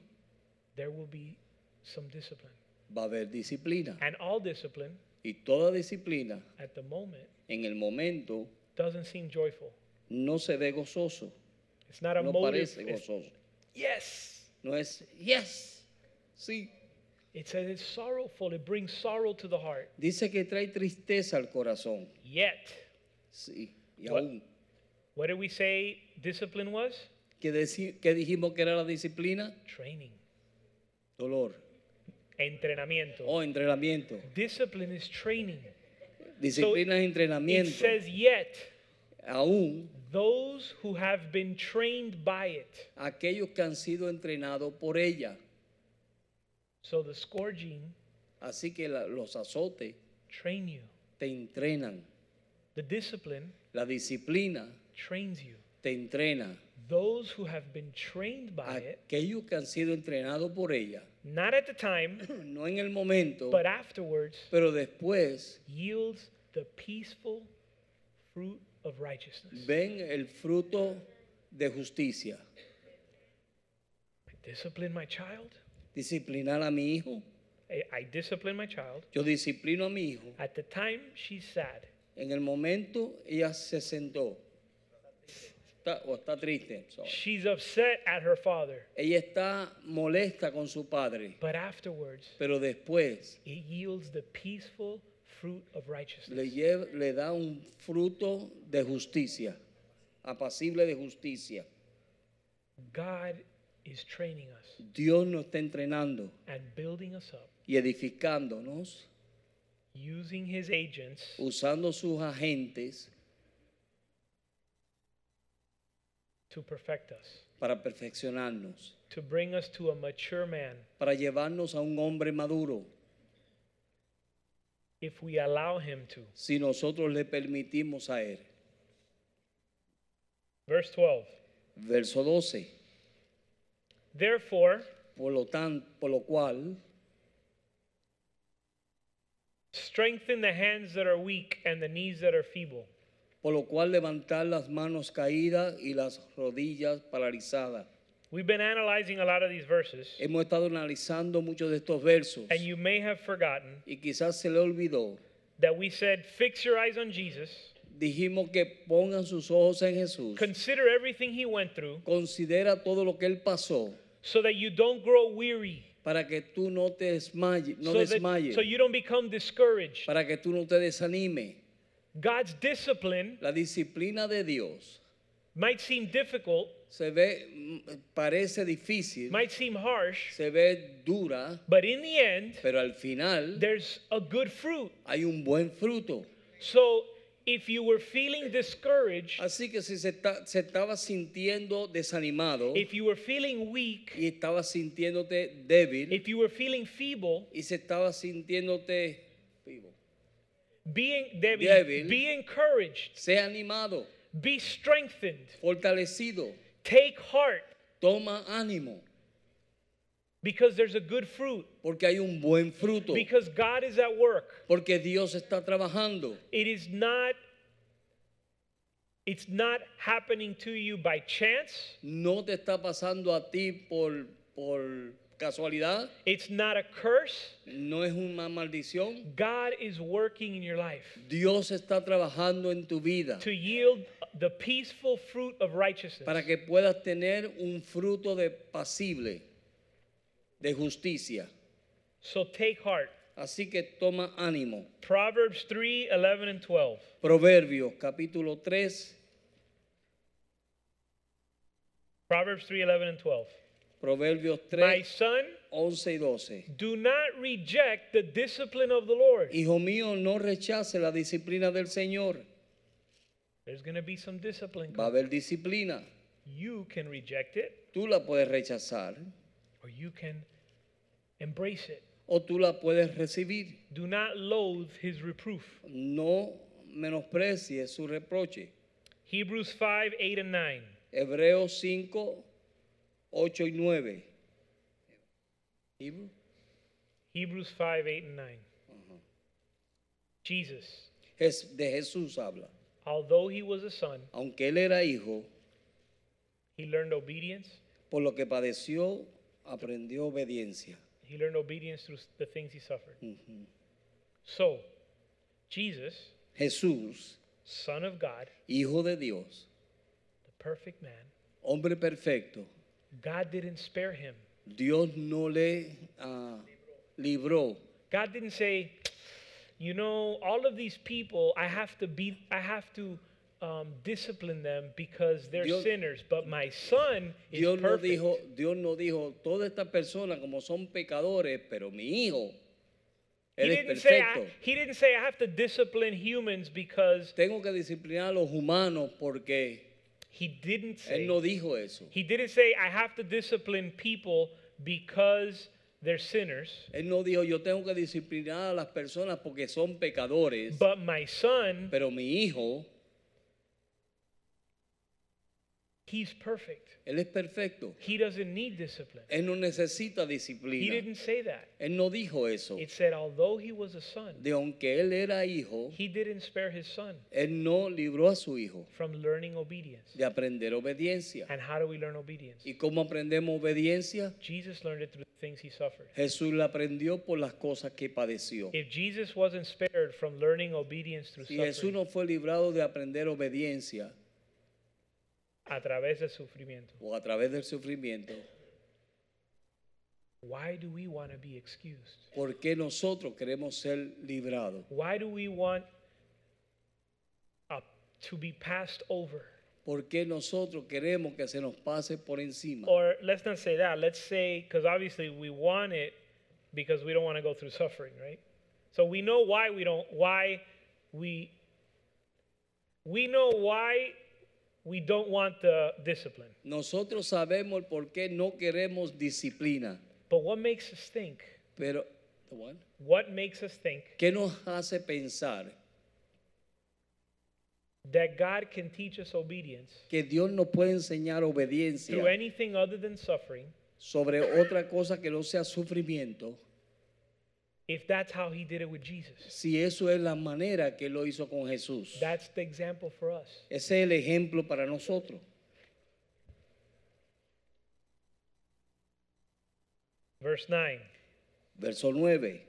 S1: There will be some discipline.
S2: va a haber disciplina.
S1: And all discipline
S2: Y toda disciplina
S1: at the moment
S2: en el momento
S1: doesn't seem joyful.
S2: no se ve gozoso,
S1: It's not a
S2: no
S1: motive.
S2: parece
S1: It's-
S2: gozoso.
S1: yes.
S2: No es yes, sí.
S1: It says it's sorrowful. It brings sorrow to the heart.
S2: Dice que trae tristeza al corazón,
S1: Yet,
S2: sí. Y
S1: What?
S2: aún,
S1: what did we say discipline was?
S2: ¿qué, deci- qué dijimos que era la disciplina?
S1: Training.
S2: Dolor
S1: Entrenamiento.
S2: o entrenamiento.
S1: Discipline is training.
S2: Disciplina es
S1: It
S2: entrenamiento.
S1: says, yet
S2: Aún
S1: those who have been trained by it.
S2: aquellos que han sido entrenados por ella.
S1: So the scourging
S2: Así que la- los azotes
S1: train you.
S2: te entrenan.
S1: The discipline
S2: La disciplina
S1: trains you.
S2: te entrena.
S1: Those who have been trained by it,
S2: Aquellos que han sido entrenados por ella.
S1: not at the time,
S2: No en el momento,
S1: but afterwards,
S2: pero después
S1: yields the peaceful fruit of righteousness.
S2: ven el fruto de justicia.
S1: Discipline my child.
S2: Disciplinar a mi hijo.
S1: I, I discipline my child.
S2: Yo disciplino a mi hijo.
S1: At the time, she's sad.
S2: En el momento ella se sentó. Está- o está triste. sorry.
S1: She's upset at her father.
S2: Ella está molesta con su padre,
S1: But afterwards,
S2: pero después
S1: it yields the peaceful fruit of righteousness.
S2: le, lle- le da un fruto de justicia, apacible de justicia.
S1: God is training us
S2: Dios nos está entrenando
S1: and building us up
S2: y edificándonos,
S1: using his agents
S2: usando sus agentes
S1: to perfect us,
S2: para perfeccionarnos,
S1: to bring us to a mature man
S2: para llevarnos a un hombre maduro,
S1: if we allow him to.
S2: si nosotros le permitimos a Él.
S1: Verse 12.
S2: Verso 12.
S1: Therefore,
S2: Por lo, tan, por lo cual,
S1: strengthen the hands that are weak and the knees that are feeble.
S2: por lo cual levantar las manos caídas y las rodillas paralizadas.
S1: We've been analyzing a lot of these verses,
S2: Hemos estado analizando muchos de estos versos
S1: and you may have forgotten
S2: y quizás se le olvidó.
S1: that we said, Fix your eyes on Jesus,
S2: Dijimos que pongan sus ojos en Jesús.
S1: consider everything he went through,
S2: Considera todo lo que él pasó
S1: so that you don't grow weary,
S2: para que tú no te desmayes, no
S1: so, that-
S2: desmayes,
S1: so you don't become discouraged.
S2: para que tú no te desanimes.
S1: God's discipline
S2: La disciplina de Dios
S1: might seem difficult,
S2: Se ve, mm, parece difícil,
S1: might seem harsh,
S2: se ve dura,
S1: but in the end,
S2: pero al final
S1: there's a good fruit.
S2: hay un buen fruto.
S1: So if you were feeling discouraged,
S2: Así que si se, está- se estaba sintiendo desanimado
S1: if you were feeling weak,
S2: y estaba sintiéndote débil
S1: if you were feeling feeble,
S2: y se estaba sintiéndote vivo,
S1: being Debbie,
S2: Débil.
S1: be encouraged,
S2: sea animado,
S1: be strengthened,
S2: fortalecido,
S1: take heart,
S2: toma ánimo,
S1: because there's a good fruit,
S2: porque hay un buen fruto,
S1: because God is at work.
S2: porque Dios está trabajando.
S1: It is not it's not happening to you by chance.
S2: No te está pasando a ti por, por casualidad,
S1: It's not a curse.
S2: no es una maldición.
S1: God is working in your life
S2: Dios está trabajando en tu vida
S1: to yield the peaceful fruit of righteousness.
S2: para que puedas tener un fruto de pasible, de justicia.
S1: So take heart.
S2: Así que toma ánimo.
S1: Proverbs 3, 11 and 12.
S2: Proverbios capítulo 3,
S1: Proverbs 3, 11 and 12.
S2: Proverbios
S1: My
S2: 3,
S1: son,
S2: 11 y 12.
S1: do not reject the discipline of the Lord.
S2: Hijo mío, no rechace la disciplina del Señor.
S1: There's going to be some discipline.
S2: Va a haber disciplina.
S1: You can reject it
S2: Tú la puedes rechazar
S1: or you can embrace it.
S2: o tú la puedes recibir.
S1: Do not loathe his reproof.
S2: No menosprecies su reproche.
S1: Hebrews 5, 8, and 9.
S2: Hebreos 5, 8 y 9. Hebrew.
S1: Hebrews 5, 8, and 9. Jesus,
S2: Jes- De Jesús habla.
S1: although he was a son,
S2: Aunque él era hijo,
S1: he learned obedience.
S2: por lo que padeció, aprendió obediencia.
S1: He learned obedience through s- the things he suffered.
S2: Mm-hmm.
S1: So, Jesus,
S2: Jesús,
S1: Son of God,
S2: hijo de Dios,
S1: the perfect man,
S2: hombre perfecto,
S1: God didn't spare him.
S2: Dios no le ah, libró.
S1: God didn't say, you know, all of these people, I have to be, I have to um, discipline them because they're
S2: Dios-
S1: sinners. But my son is
S2: Dios no,
S1: perfect.
S2: dijo, Dios no dijo, todas estas personas como son pecadores, pero mi hijo,
S1: He
S2: él es
S1: didn't, say I,
S2: perfecto.
S1: he didn't say I have to discipline humans because
S2: Tengo que disciplinar a los humanos porque
S1: he didn't say
S2: él no dijo eso.
S1: he didn't say I have to discipline people because they're sinners.
S2: Él no dijo, yo tengo que disciplinar a las personas porque son pecadores,
S1: But my son,
S2: pero mi hijo,
S1: he's perfect.
S2: él es perfecto.
S1: He doesn't need discipline.
S2: Él no necesita
S1: He
S2: disciplina.
S1: didn't say that.
S2: Él no dijo eso.
S1: It said although he was a son,
S2: De aunque él era hijo,
S1: he didn't spare his son
S2: él no libró a su hijo
S1: from learning obedience.
S2: de aprender obediencia.
S1: And how do we learn obedience?
S2: ¿Y cómo aprendemos obediencia?
S1: Jesus learned it through the things he suffered.
S2: Jesús la aprendió por las cosas que padeció.
S1: If Jesus wasn't spared from learning obedience through
S2: Si Jesús
S1: suffering
S2: no fue librado de aprender obediencia
S1: a través del sufrimiento,
S2: o a través del sufrimiento,
S1: Why do we want to be excused?
S2: ¿por qué nosotros queremos ser librados?
S1: Why do we want uh, to be passed over?
S2: ¿Por qué nosotros queremos que se nos pase por encima?
S1: Or let's not say that. Let's say, because obviously we want it because we don't want to go through suffering, right? So we know why we don't, why we, we know why we don't want the discipline.
S2: Nosotros sabemos el por qué no queremos disciplina,
S1: But what makes us think?
S2: pero
S1: What makes us think
S2: ¿qué nos hace pensar
S1: that God can teach us obedience
S2: que Dios nos puede enseñar
S1: through
S2: obediencia
S1: anything other than suffering
S2: sobre otra cosa que no sea sufrimiento
S1: if that's how he did it with Jesus?
S2: si eso es la manera que lo hizo con Jesús?
S1: That's the example for us.
S2: Ese es el ejemplo para nosotros.
S1: Verse 9
S2: Verso 9.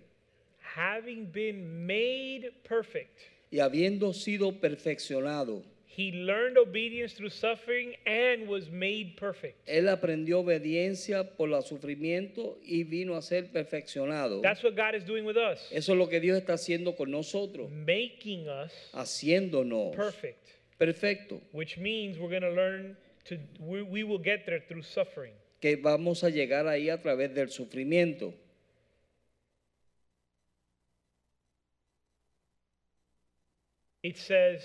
S1: Having been made perfect,
S2: Y habiendo sido perfeccionado,
S1: he learned obedience through suffering and was made perfect.
S2: él aprendió obediencia por los sufrimientos y vino a ser perfeccionado.
S1: That's what God is doing with us,
S2: Eso es lo que Dios está haciendo con nosotros,
S1: making us
S2: haciéndonos
S1: perfect.
S2: perfecto,
S1: which means we're going to learn to, we, we will get there through suffering.
S2: que vamos a llegar ahí a través del sufrimiento.
S1: It says,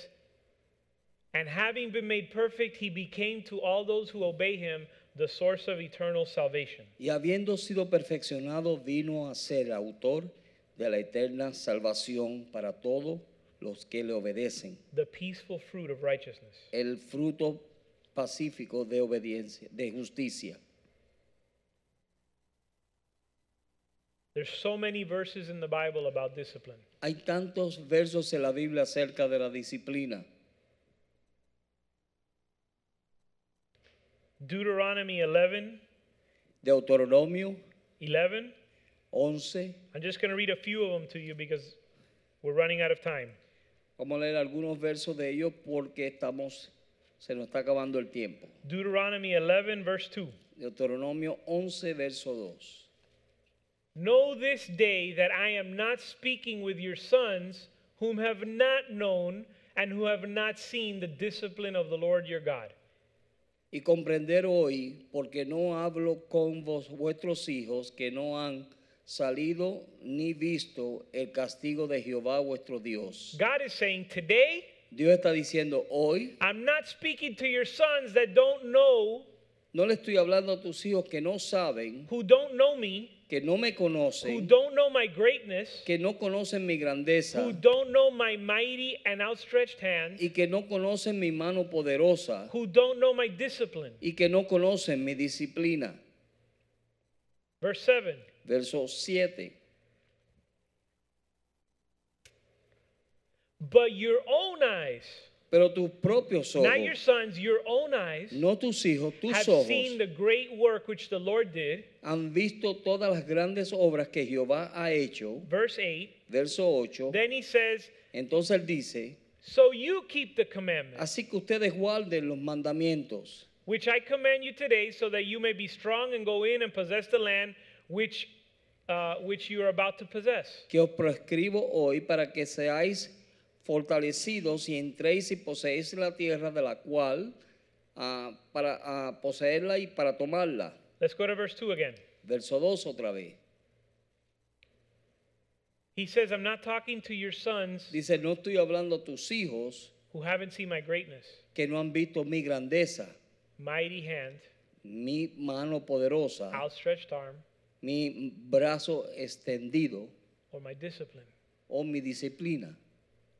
S1: And having been made perfect, he became to all those who obey him the source of eternal salvation.
S2: Y habiendo sido perfeccionado, vino a ser autor de la eterna salvación para todos los que le obedecen.
S1: the peaceful fruit of righteousness.
S2: El fruto pacífico de obediencia, de justicia.
S1: There's so many verses in the Bible about discipline.
S2: Hay tantos versos en la Biblia acerca de la disciplina.
S1: Deuteronomy 11,
S2: Deuteronomio
S1: 11.
S2: 11.
S1: I'm just going to read a few of them to you because we're running out of time.
S2: Vamos a leer algunos versos de ellos porque estamos, se nos está acabando el tiempo.
S1: Deuteronomy 11, verse 2.
S2: Deuteronomio 11, verso 2.
S1: Know this day that I am not speaking with your sons, whom have not known and who have not seen the discipline of the Lord your God.
S2: Y comprender hoy, porque no hablo con vos, vuestros hijos que no han salido ni visto el castigo de Jehová vuestro Dios.
S1: God is saying, Today,
S2: Dios está diciendo hoy,
S1: I'm not speaking to your sons that don't know,
S2: no le estoy hablando a tus hijos que no saben,
S1: who don't know me,
S2: que no me
S1: who
S2: conocen,
S1: don't know my greatness,
S2: que no conocen mi grandeza
S1: who don't know my mighty and outstretched hand,
S2: y que no conocen mi mano poderosa
S1: who don't know my discipline.
S2: y que no conocen mi disciplina.
S1: Verse 7
S2: Verso 7.
S1: But your own eyes,
S2: Pero tus propios ojos,
S1: not your sons, your own eyes,
S2: no tus hijos, tus
S1: have
S2: ojos,
S1: seen the great work which the Lord did.
S2: han visto todas las grandes obras que Jehová ha hecho.
S1: Verse 8.
S2: Verso 8.
S1: Then he says,
S2: Entonces él dice,
S1: So you keep the commandments
S2: así que ustedes guarden los mandamientos
S1: which I command you today, so that you may be strong and go in and possess the land which, uh, which you are about to possess.
S2: que os prescribo hoy para que seáis fortalecidos y entréis y poseéis la tierra de la cual ah, para ah, poseerla y para tomarla.
S1: Let's go to verse 2 again.
S2: Verso 2 otra vez.
S1: He says, I'm not talking to your sons
S2: Dice, no estoy hablando a tus hijos
S1: who haven't seen my greatness,
S2: que no han visto mi grandeza,
S1: mighty hand,
S2: mi mano
S1: Ah.
S2: poderosa,
S1: outstretched arm,
S2: mi brazo extendido
S1: or my discipline.
S2: o mi disciplina.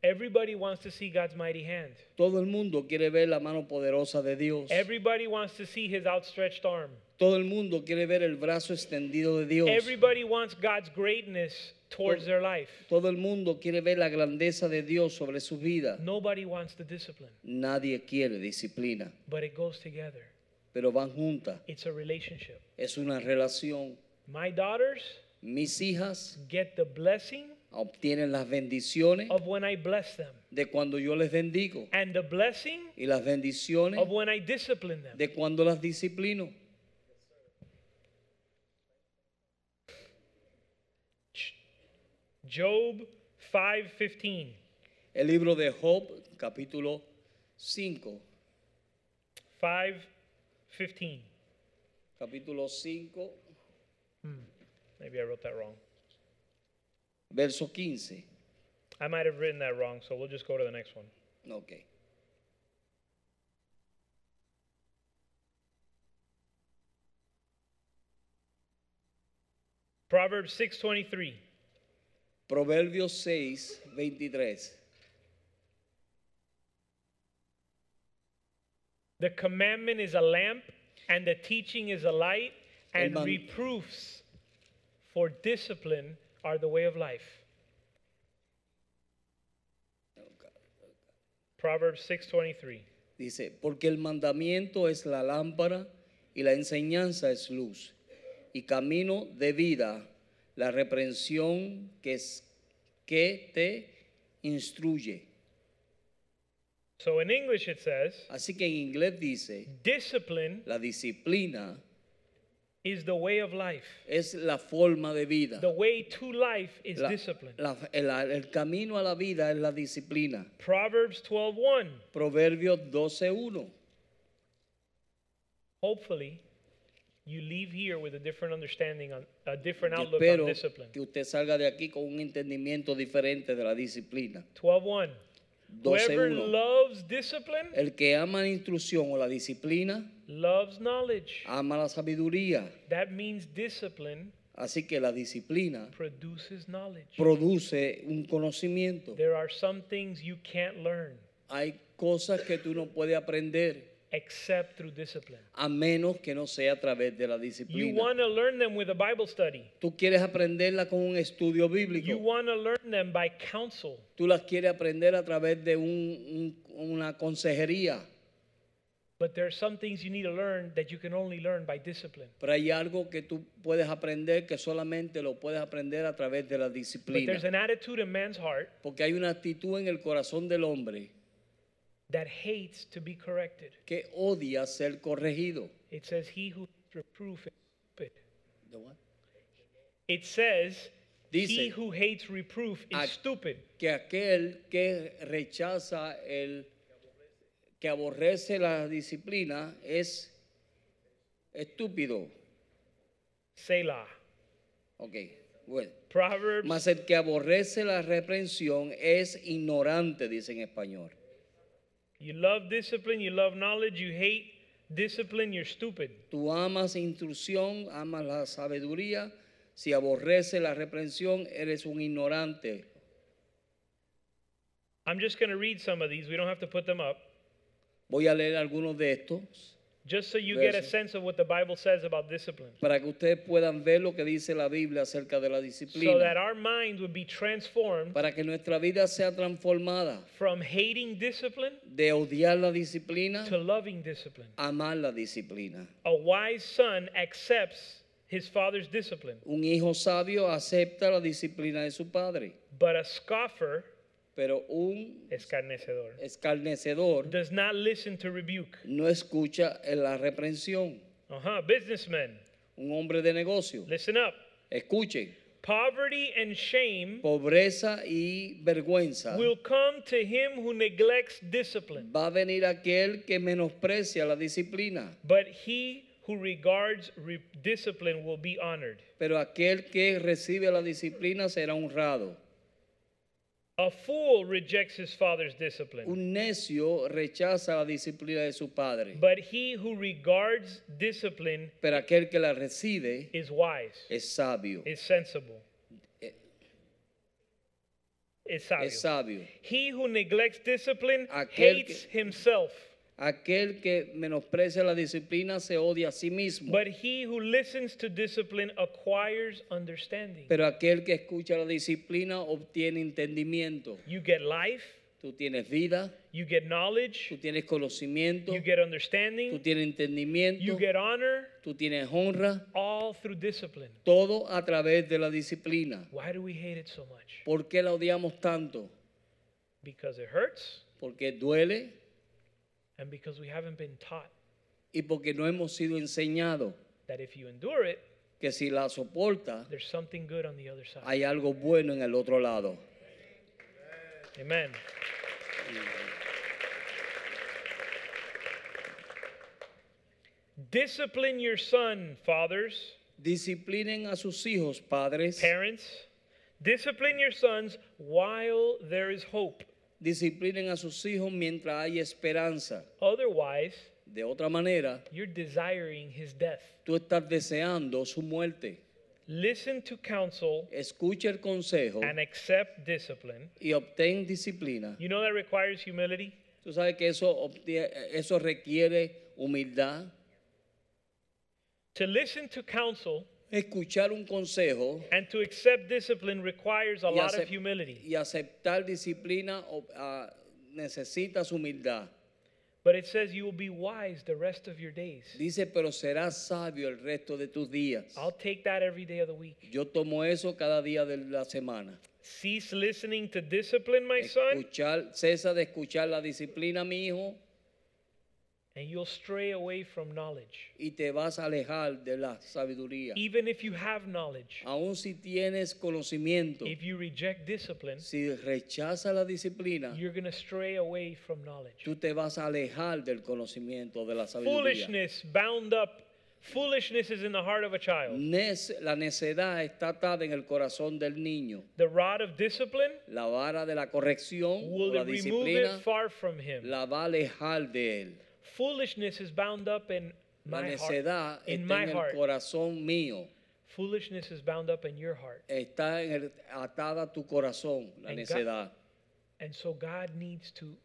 S1: Everybody wants to see God's mighty hand.
S2: Todo el mundo quiere ver la mano poderosa de Dios.
S1: Everybody wants to see his outstretched arm.
S2: Todo el mundo quiere ver el brazo extendido de Dios.
S1: Everybody wants God's greatness towards their life.
S2: Todo el mundo quiere ver la grandeza de Dios sobre su vida.
S1: Nobody wants the discipline,
S2: Nadie quiere disciplina,
S1: but it goes together.
S2: pero van juntas.
S1: It's a relationship.
S2: Es una relación.
S1: My daughters
S2: Mis hijas
S1: get the blessing
S2: obtienen las bendiciones
S1: of when I bless them,
S2: de cuando yo les bendigo
S1: and the blessing
S2: y las bendiciones
S1: of when I discipline them.
S2: de cuando las disciplino.
S1: Job 5:15.
S2: El libro de Job, capítulo 5,
S1: 5:15.
S2: capítulo 5,
S1: Maybe I wrote that wrong.
S2: verso 15.
S1: I might have written that wrong, so we'll just go to the next one.
S2: Ok.
S1: Proverbs 6:23.
S2: Proverbios 6, 23.
S1: The commandment is a lamp and the teaching is a light
S2: El
S1: and
S2: man-
S1: reproofs for discipline are the way of life. Proverbs 6:23.
S2: Dice, porque el mandamiento es la lámpara y la enseñanza es luz y camino de vida, la reprensión que, es, que te instruye.
S1: So in English it says,
S2: Así que en inglés dice,
S1: discipline
S2: la disciplina
S1: is the way of life.
S2: es la forma de vida.
S1: The way to life is
S2: La-
S1: discipline.
S2: la- el, el camino a la vida es la disciplina.
S1: Proverbs 12:1.
S2: Proverbios 12.1.
S1: Hopefully, you leave here with a different understanding on a different
S2: Yo
S1: outlook
S2: Espero
S1: on discipline.
S2: que usted salga de aquí con un entendimiento diferente de la disciplina.
S1: 12:1. Whoever
S2: 12.1.
S1: loves discipline
S2: El que ama la instrucción o la disciplina,
S1: loves knowledge.
S2: ama la sabiduría.
S1: That means discipline
S2: Así que la disciplina
S1: produces knowledge.
S2: produce un conocimiento.
S1: There are some things you can't learn
S2: Hay cosas que tú no puedes aprender
S1: except through discipline.
S2: a menos que no sea a través de la
S1: You
S2: disciplina.
S1: want to learn them with a Bible study.
S2: Tú quieres aprenderla con un estudio
S1: You
S2: bíblico.
S1: want to learn them by counsel.
S2: Tú las quieres aprender a través de un- un- una consejería.
S1: But there are some things you need to learn that you can only learn by discipline.
S2: Pero hay algo que tú puedes aprender que solamente lo puedes aprender a través de la
S1: But there's
S2: disciplina.
S1: an attitude in man's heart
S2: Porque hay una actitud en el corazón del hombre
S1: that hates to be corrected.
S2: que odia ser corregido.
S1: It says, He who hates reproof is stupid. It says, He
S2: Dice,
S1: who hates reproof
S2: "Ac-
S1: is stupid.
S2: Que aquel que rechaza el que aborrece la disciplina es estúpido.
S1: Selah.
S2: Ok, bueno.
S1: Proverbs
S2: Mas el que aborrece la reprensión es ignorante, dice en español.
S1: You love discipline, you love knowledge, you hate discipline, you're stupid.
S2: Tú amas instrucción, amas la sabiduría. Si aborreces la reprensión, eres un ignorante.
S1: I'm just going to read some of these. We don't have to put them up.
S2: Voy a leer algunos de estos
S1: Just so you get a
S2: Verses.
S1: sense of what the Bible says about discipline.
S2: para que ustedes puedan ver lo que dice la Biblia acerca de la
S1: So that
S2: disciplina.
S1: our mind would be transformed
S2: Para que nuestra vida sea transformada
S1: from hating discipline
S2: de odiar la disciplina
S1: to loving discipline.
S2: a amar la disciplina.
S1: A wise son accepts his father's discipline,
S2: Un hijo sabio acepta la disciplina de su padre,
S1: but a scoffer,
S2: pero un
S1: escarnecedor,
S2: escarnecedor
S1: does not listen to rebuke.
S2: no escucha en la reprensión.
S1: Uh huh. Businessmen,
S2: Un hombre de negocio,
S1: listen up.
S2: escuchen,
S1: Poverty and shame
S2: pobreza y vergüenza.
S1: will come to him who neglects discipline,
S2: Va a venir aquel que menosprecia la disciplina,
S1: but he who regards re- discipline will be honored.
S2: pero aquel que recibe la disciplina será honrado.
S1: A fool rejects his father's discipline,
S2: Un necio rechaza la disciplina de su padre,
S1: but he who regards discipline
S2: pero aquel que la recibe
S1: is wise,
S2: es sabio.
S1: is sensible. Is
S2: eh, Es
S1: sabio.
S2: sabio.
S1: He who neglects discipline
S2: Aquel
S1: hates
S2: que-
S1: himself,
S2: Aquel que menosprecia la disciplina se odia a sí mismo,
S1: but he who listens to discipline acquires understanding.
S2: pero aquel que escucha la disciplina obtiene entendimiento.
S1: You get life,
S2: Tú tienes vida,
S1: you get knowledge,
S2: tú tienes conocimiento,
S1: you get
S2: tú
S1: understanding,
S2: tienes entendimiento,
S1: you get honor,
S2: tú tienes honra,
S1: all through discipline.
S2: todo a través de la disciplina.
S1: Why do we hate it so much?
S2: ¿Por qué la odiamos tanto?
S1: Because it hurts
S2: Porque duele
S1: and because we haven't been taught
S2: y porque no hemos sido enseñados
S1: that if you endure it,
S2: que si la soporta
S1: there's something good on the other side.
S2: hay algo bueno en el otro lado.
S1: Amen. Discipline your son, fathers,
S2: Disciplinen a sus hijos, padres.
S1: parents. Discipline your sons while there is hope.
S2: Disciplinen a sus hijos mientras hay esperanza.
S1: Otherwise,
S2: De otra manera,
S1: you're desiring his death.
S2: tú estás deseando su muerte.
S1: Listen to counsel
S2: Escucha el consejo
S1: and accept discipline.
S2: y obtén disciplina.
S1: You know that requires humility.
S2: Tú sabes que eso, obtie- eso requiere humildad.
S1: To listen to counsel
S2: Escuchar un consejo
S1: and to accept discipline requires a
S2: y,
S1: lot of
S2: acep-
S1: humility.
S2: y aceptar disciplina o- ah, necesitas humildad.
S1: But it says you will be wise the rest of your days.
S2: Dice, pero serás sabio el resto de tus días.
S1: I'll take that every day of the week.
S2: Yo tomo eso cada día de la semana.
S1: Cease listening to discipline, my son,
S2: Escuchar, cesa de escuchar la disciplina, mi hijo,
S1: and you'll stray away from knowledge.
S2: y te vas a alejar de la sabiduría.
S1: Even if you have knowledge,
S2: Aun si tienes conocimiento,
S1: if you reject discipline,
S2: si rechazas la disciplina,
S1: you're going to stray away from knowledge.
S2: tú te vas a alejar del conocimiento de la sabiduría.
S1: Foolishness bound up. Foolishness is in the heart of a
S2: Mm.
S1: child.
S2: Nece- la necedad está atada en el corazón del niño.
S1: The rod of discipline
S2: La vara de la corrección o
S1: will
S2: la
S1: remove it
S2: disciplina
S1: far from him.
S2: la va a alejar de él.
S1: Foolishness is bound up in
S2: La
S1: my heart.
S2: necedad
S1: In
S2: está
S1: my
S2: en el
S1: heart.
S2: corazón mío.
S1: Foolishness is bound up in your heart.
S2: Está en el- atada a tu corazón la
S1: And God-
S2: necedad.
S1: And so God needs to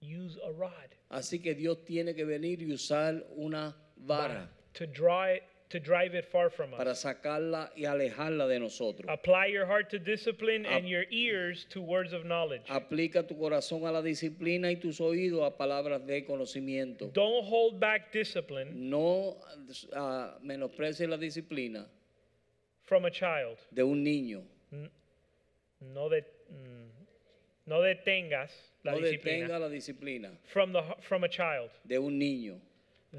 S1: use a rod
S2: Así que Dios tiene que venir y usar una vara
S1: to draw it to drive it far from
S2: para
S1: us.
S2: sacarla y alejarla de nosotros.
S1: Apply your heart to discipline
S2: Ap-
S1: and your ears to words of knowledge.
S2: Aplica tu corazón a la disciplina y tus oídos a palabras de conocimiento.
S1: Don't hold back discipline
S2: No ah, menosprecies la disciplina
S1: from a child.
S2: de un niño.
S1: No de, mm, no detengas la
S2: No detenga
S1: disciplina
S2: la disciplina
S1: from the h- from a child.
S2: de un niño.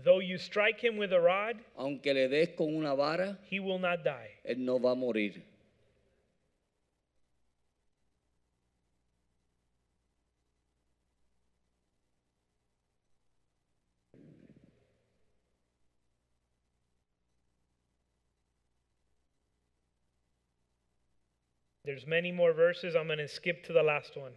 S1: Though you strike him with a rod,
S2: Aunque le des con una vara,
S1: he will not die.
S2: él no va a morir.
S1: There's many more verses. I'm going to skip to the last one.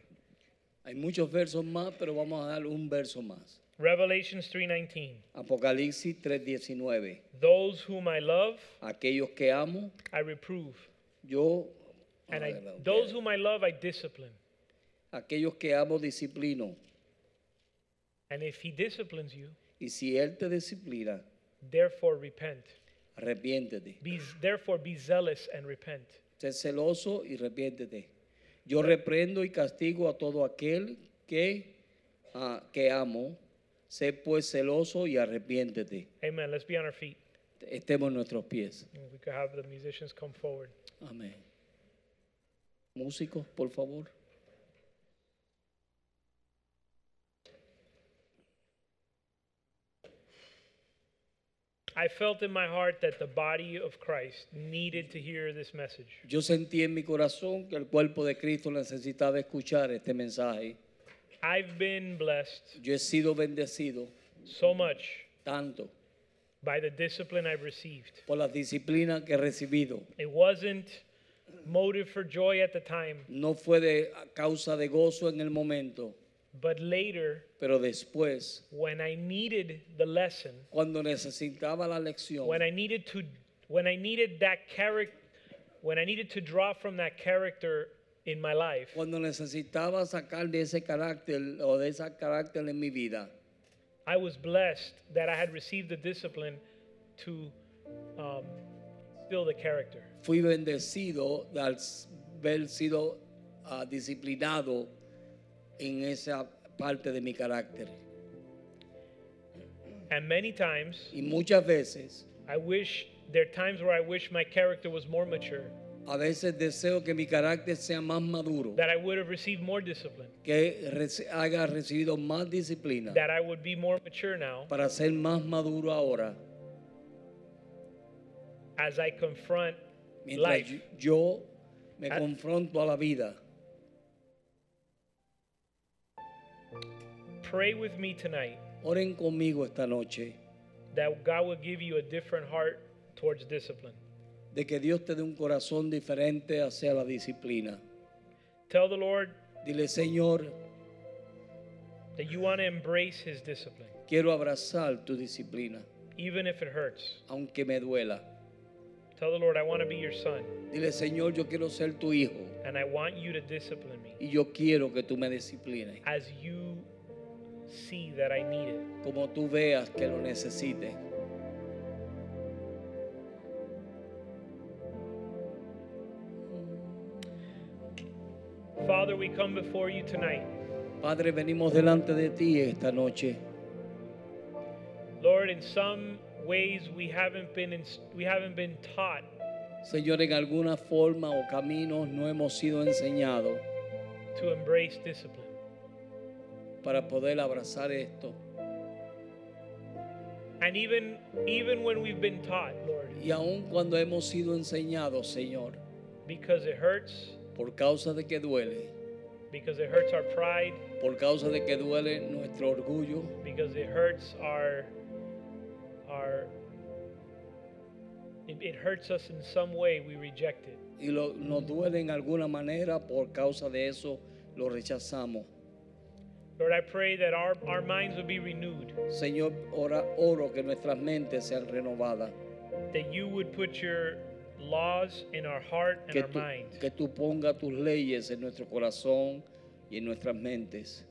S2: Hay muchos versos más, pero vamos a dar un verso más.
S1: Revelations 3:19.
S2: Apocalipsis 3:19.
S1: Those whom I love,
S2: Aquellos que amo,
S1: I reprove,
S2: yo...
S1: and I,
S2: Ahora,
S1: those whom I love, I discipline.
S2: Aquellos que amo, disciplino.
S1: And if he disciplines you,
S2: Y si Él te disciplina,
S1: therefore repent.
S2: arrepiéntete.
S1: Be, therefore be zealous and repent.
S2: Sé celoso y arrepiéntete. Yo reprendo y castigo a todo aquel que, ah, que amo. Sé pues celoso y arrepiéntete.
S1: Amen. Let's be on our feet.
S2: Estemos en nuestros pies.
S1: If We could have the musicians come forward.
S2: Amén. Músicos, por favor.
S1: I felt in my heart that the body of Christ needed to hear this message.
S2: Yo sentí en mi corazón que el cuerpo de Cristo necesitaba escuchar este mensaje.
S1: I've been blessed
S2: Yo he sido bendecido
S1: so much
S2: tanto
S1: by the discipline I've received.
S2: por las disciplinas que he recibido.
S1: It wasn't motive for joy at the time,
S2: No fue de a causa de gozo en el momento,
S1: but later,
S2: pero después,
S1: when I needed the lesson,
S2: cuando necesitaba la lección,
S1: when I needed to when I needed that character when I needed to draw from that character in my life,
S2: cuando necesitaba sacar de ese carácter o de ese carácter en mi vida,
S1: I was blessed that I had received the discipline to um, build the character.
S2: fui bendecido de al s- haber sido ah, disciplinado en esa parte de mi carácter.
S1: And many times,
S2: Y muchas veces,
S1: I wish there are times where I wish my character was more mature,
S2: a veces deseo que mi carácter sea más maduro,
S1: that I would have received more discipline,
S2: que reci- haya recibido más disciplina
S1: that I would be more mature now
S2: para ser más maduro ahora.
S1: as I confront
S2: Mientras
S1: life.
S2: yo- yo me
S1: Ah.
S2: confronto a la vida,
S1: Pray with me tonight
S2: oren conmigo esta noche
S1: that God will give you a different heart towards discipline.
S2: de que Dios te dé un corazón diferente hacia la disciplina.
S1: Tell the Lord
S2: Dile, Señor,
S1: that you want to embrace his discipline,
S2: quiero abrazar tu disciplina,
S1: even if it hurts.
S2: aunque me duela.
S1: Tell the Lord, I want to be your son,
S2: Dile, Señor, yo quiero ser tu hijo
S1: and I want you to discipline me
S2: y yo quiero que tú me disciplines,
S1: as you see that I need it.
S2: como tú veas que lo necesites.
S1: Father, we come before you tonight.
S2: Padre, venimos delante de ti esta noche.
S1: Lord, in some ways we haven't been in, we haven't been taught
S2: Señor, en alguna forma o caminos no hemos sido enseñados
S1: to embrace discipline.
S2: para poder abrazar esto.
S1: And even even when we've been taught, Lord,
S2: Y aun cuando hemos sido enseñados, Señor,
S1: because it hurts,
S2: por causa de que duele,
S1: because it hurts our pride,
S2: por causa de que duele nuestro orgullo,
S1: because it hurts our our it, it hurts us in some way, we reject it.
S2: y lo- nos duele en alguna manera, por causa de eso lo rechazamos.
S1: Lord, I pray that our, our minds would be renewed,
S2: Señor, ora, oro que nuestras mentes sean renovadas,
S1: that you would put your laws in our heart and
S2: que
S1: our
S2: tú,
S1: mind,
S2: que tú pongas tus leyes en nuestro corazón y en nuestras mentes,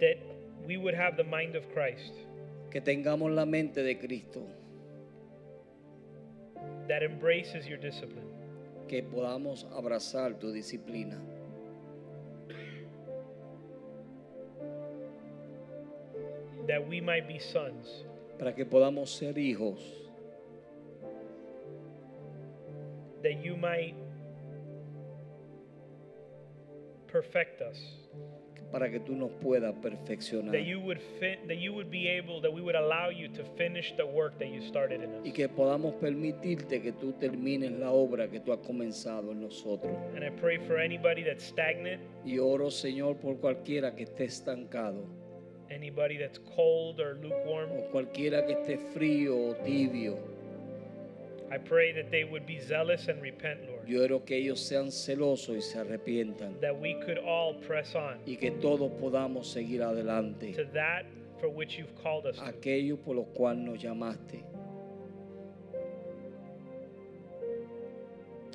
S1: that we would have the mind of Christ,
S2: que tengamos la mente de Cristo,
S1: that embraces your discipline.
S2: que podamos abrazar tu disciplina.
S1: that we might be sons,
S2: para que podamos ser hijos,
S1: that you might perfect us,
S2: para que tú nos puedas perfeccionar
S1: that you would fin- that you would be able, that we would allow you to finish the work that you started in us.
S2: y que podamos permitirte que tú termines la obra que tú has comenzado en nosotros.
S1: And I pray for anybody that's stagnant,
S2: Y oro, Señor, por cualquiera que esté estancado,
S1: anybody that's cold or lukewarm.
S2: o cualquiera que esté frío o tibio.
S1: I pray that they would be zealous and repent, Lord.
S2: Yo oro que ellos sean celosos y se arrepientan
S1: That we could all press on
S2: y que todos podamos seguir
S1: to
S2: adelante,
S1: that for which you've called us to.
S2: aquello por lo cual nos llamaste.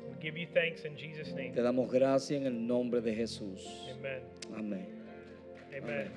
S1: We give you thanks in Jesus' name.
S2: Te damos gracias en el nombre de Jesús.
S1: Amen.
S2: Amén.
S1: Amen.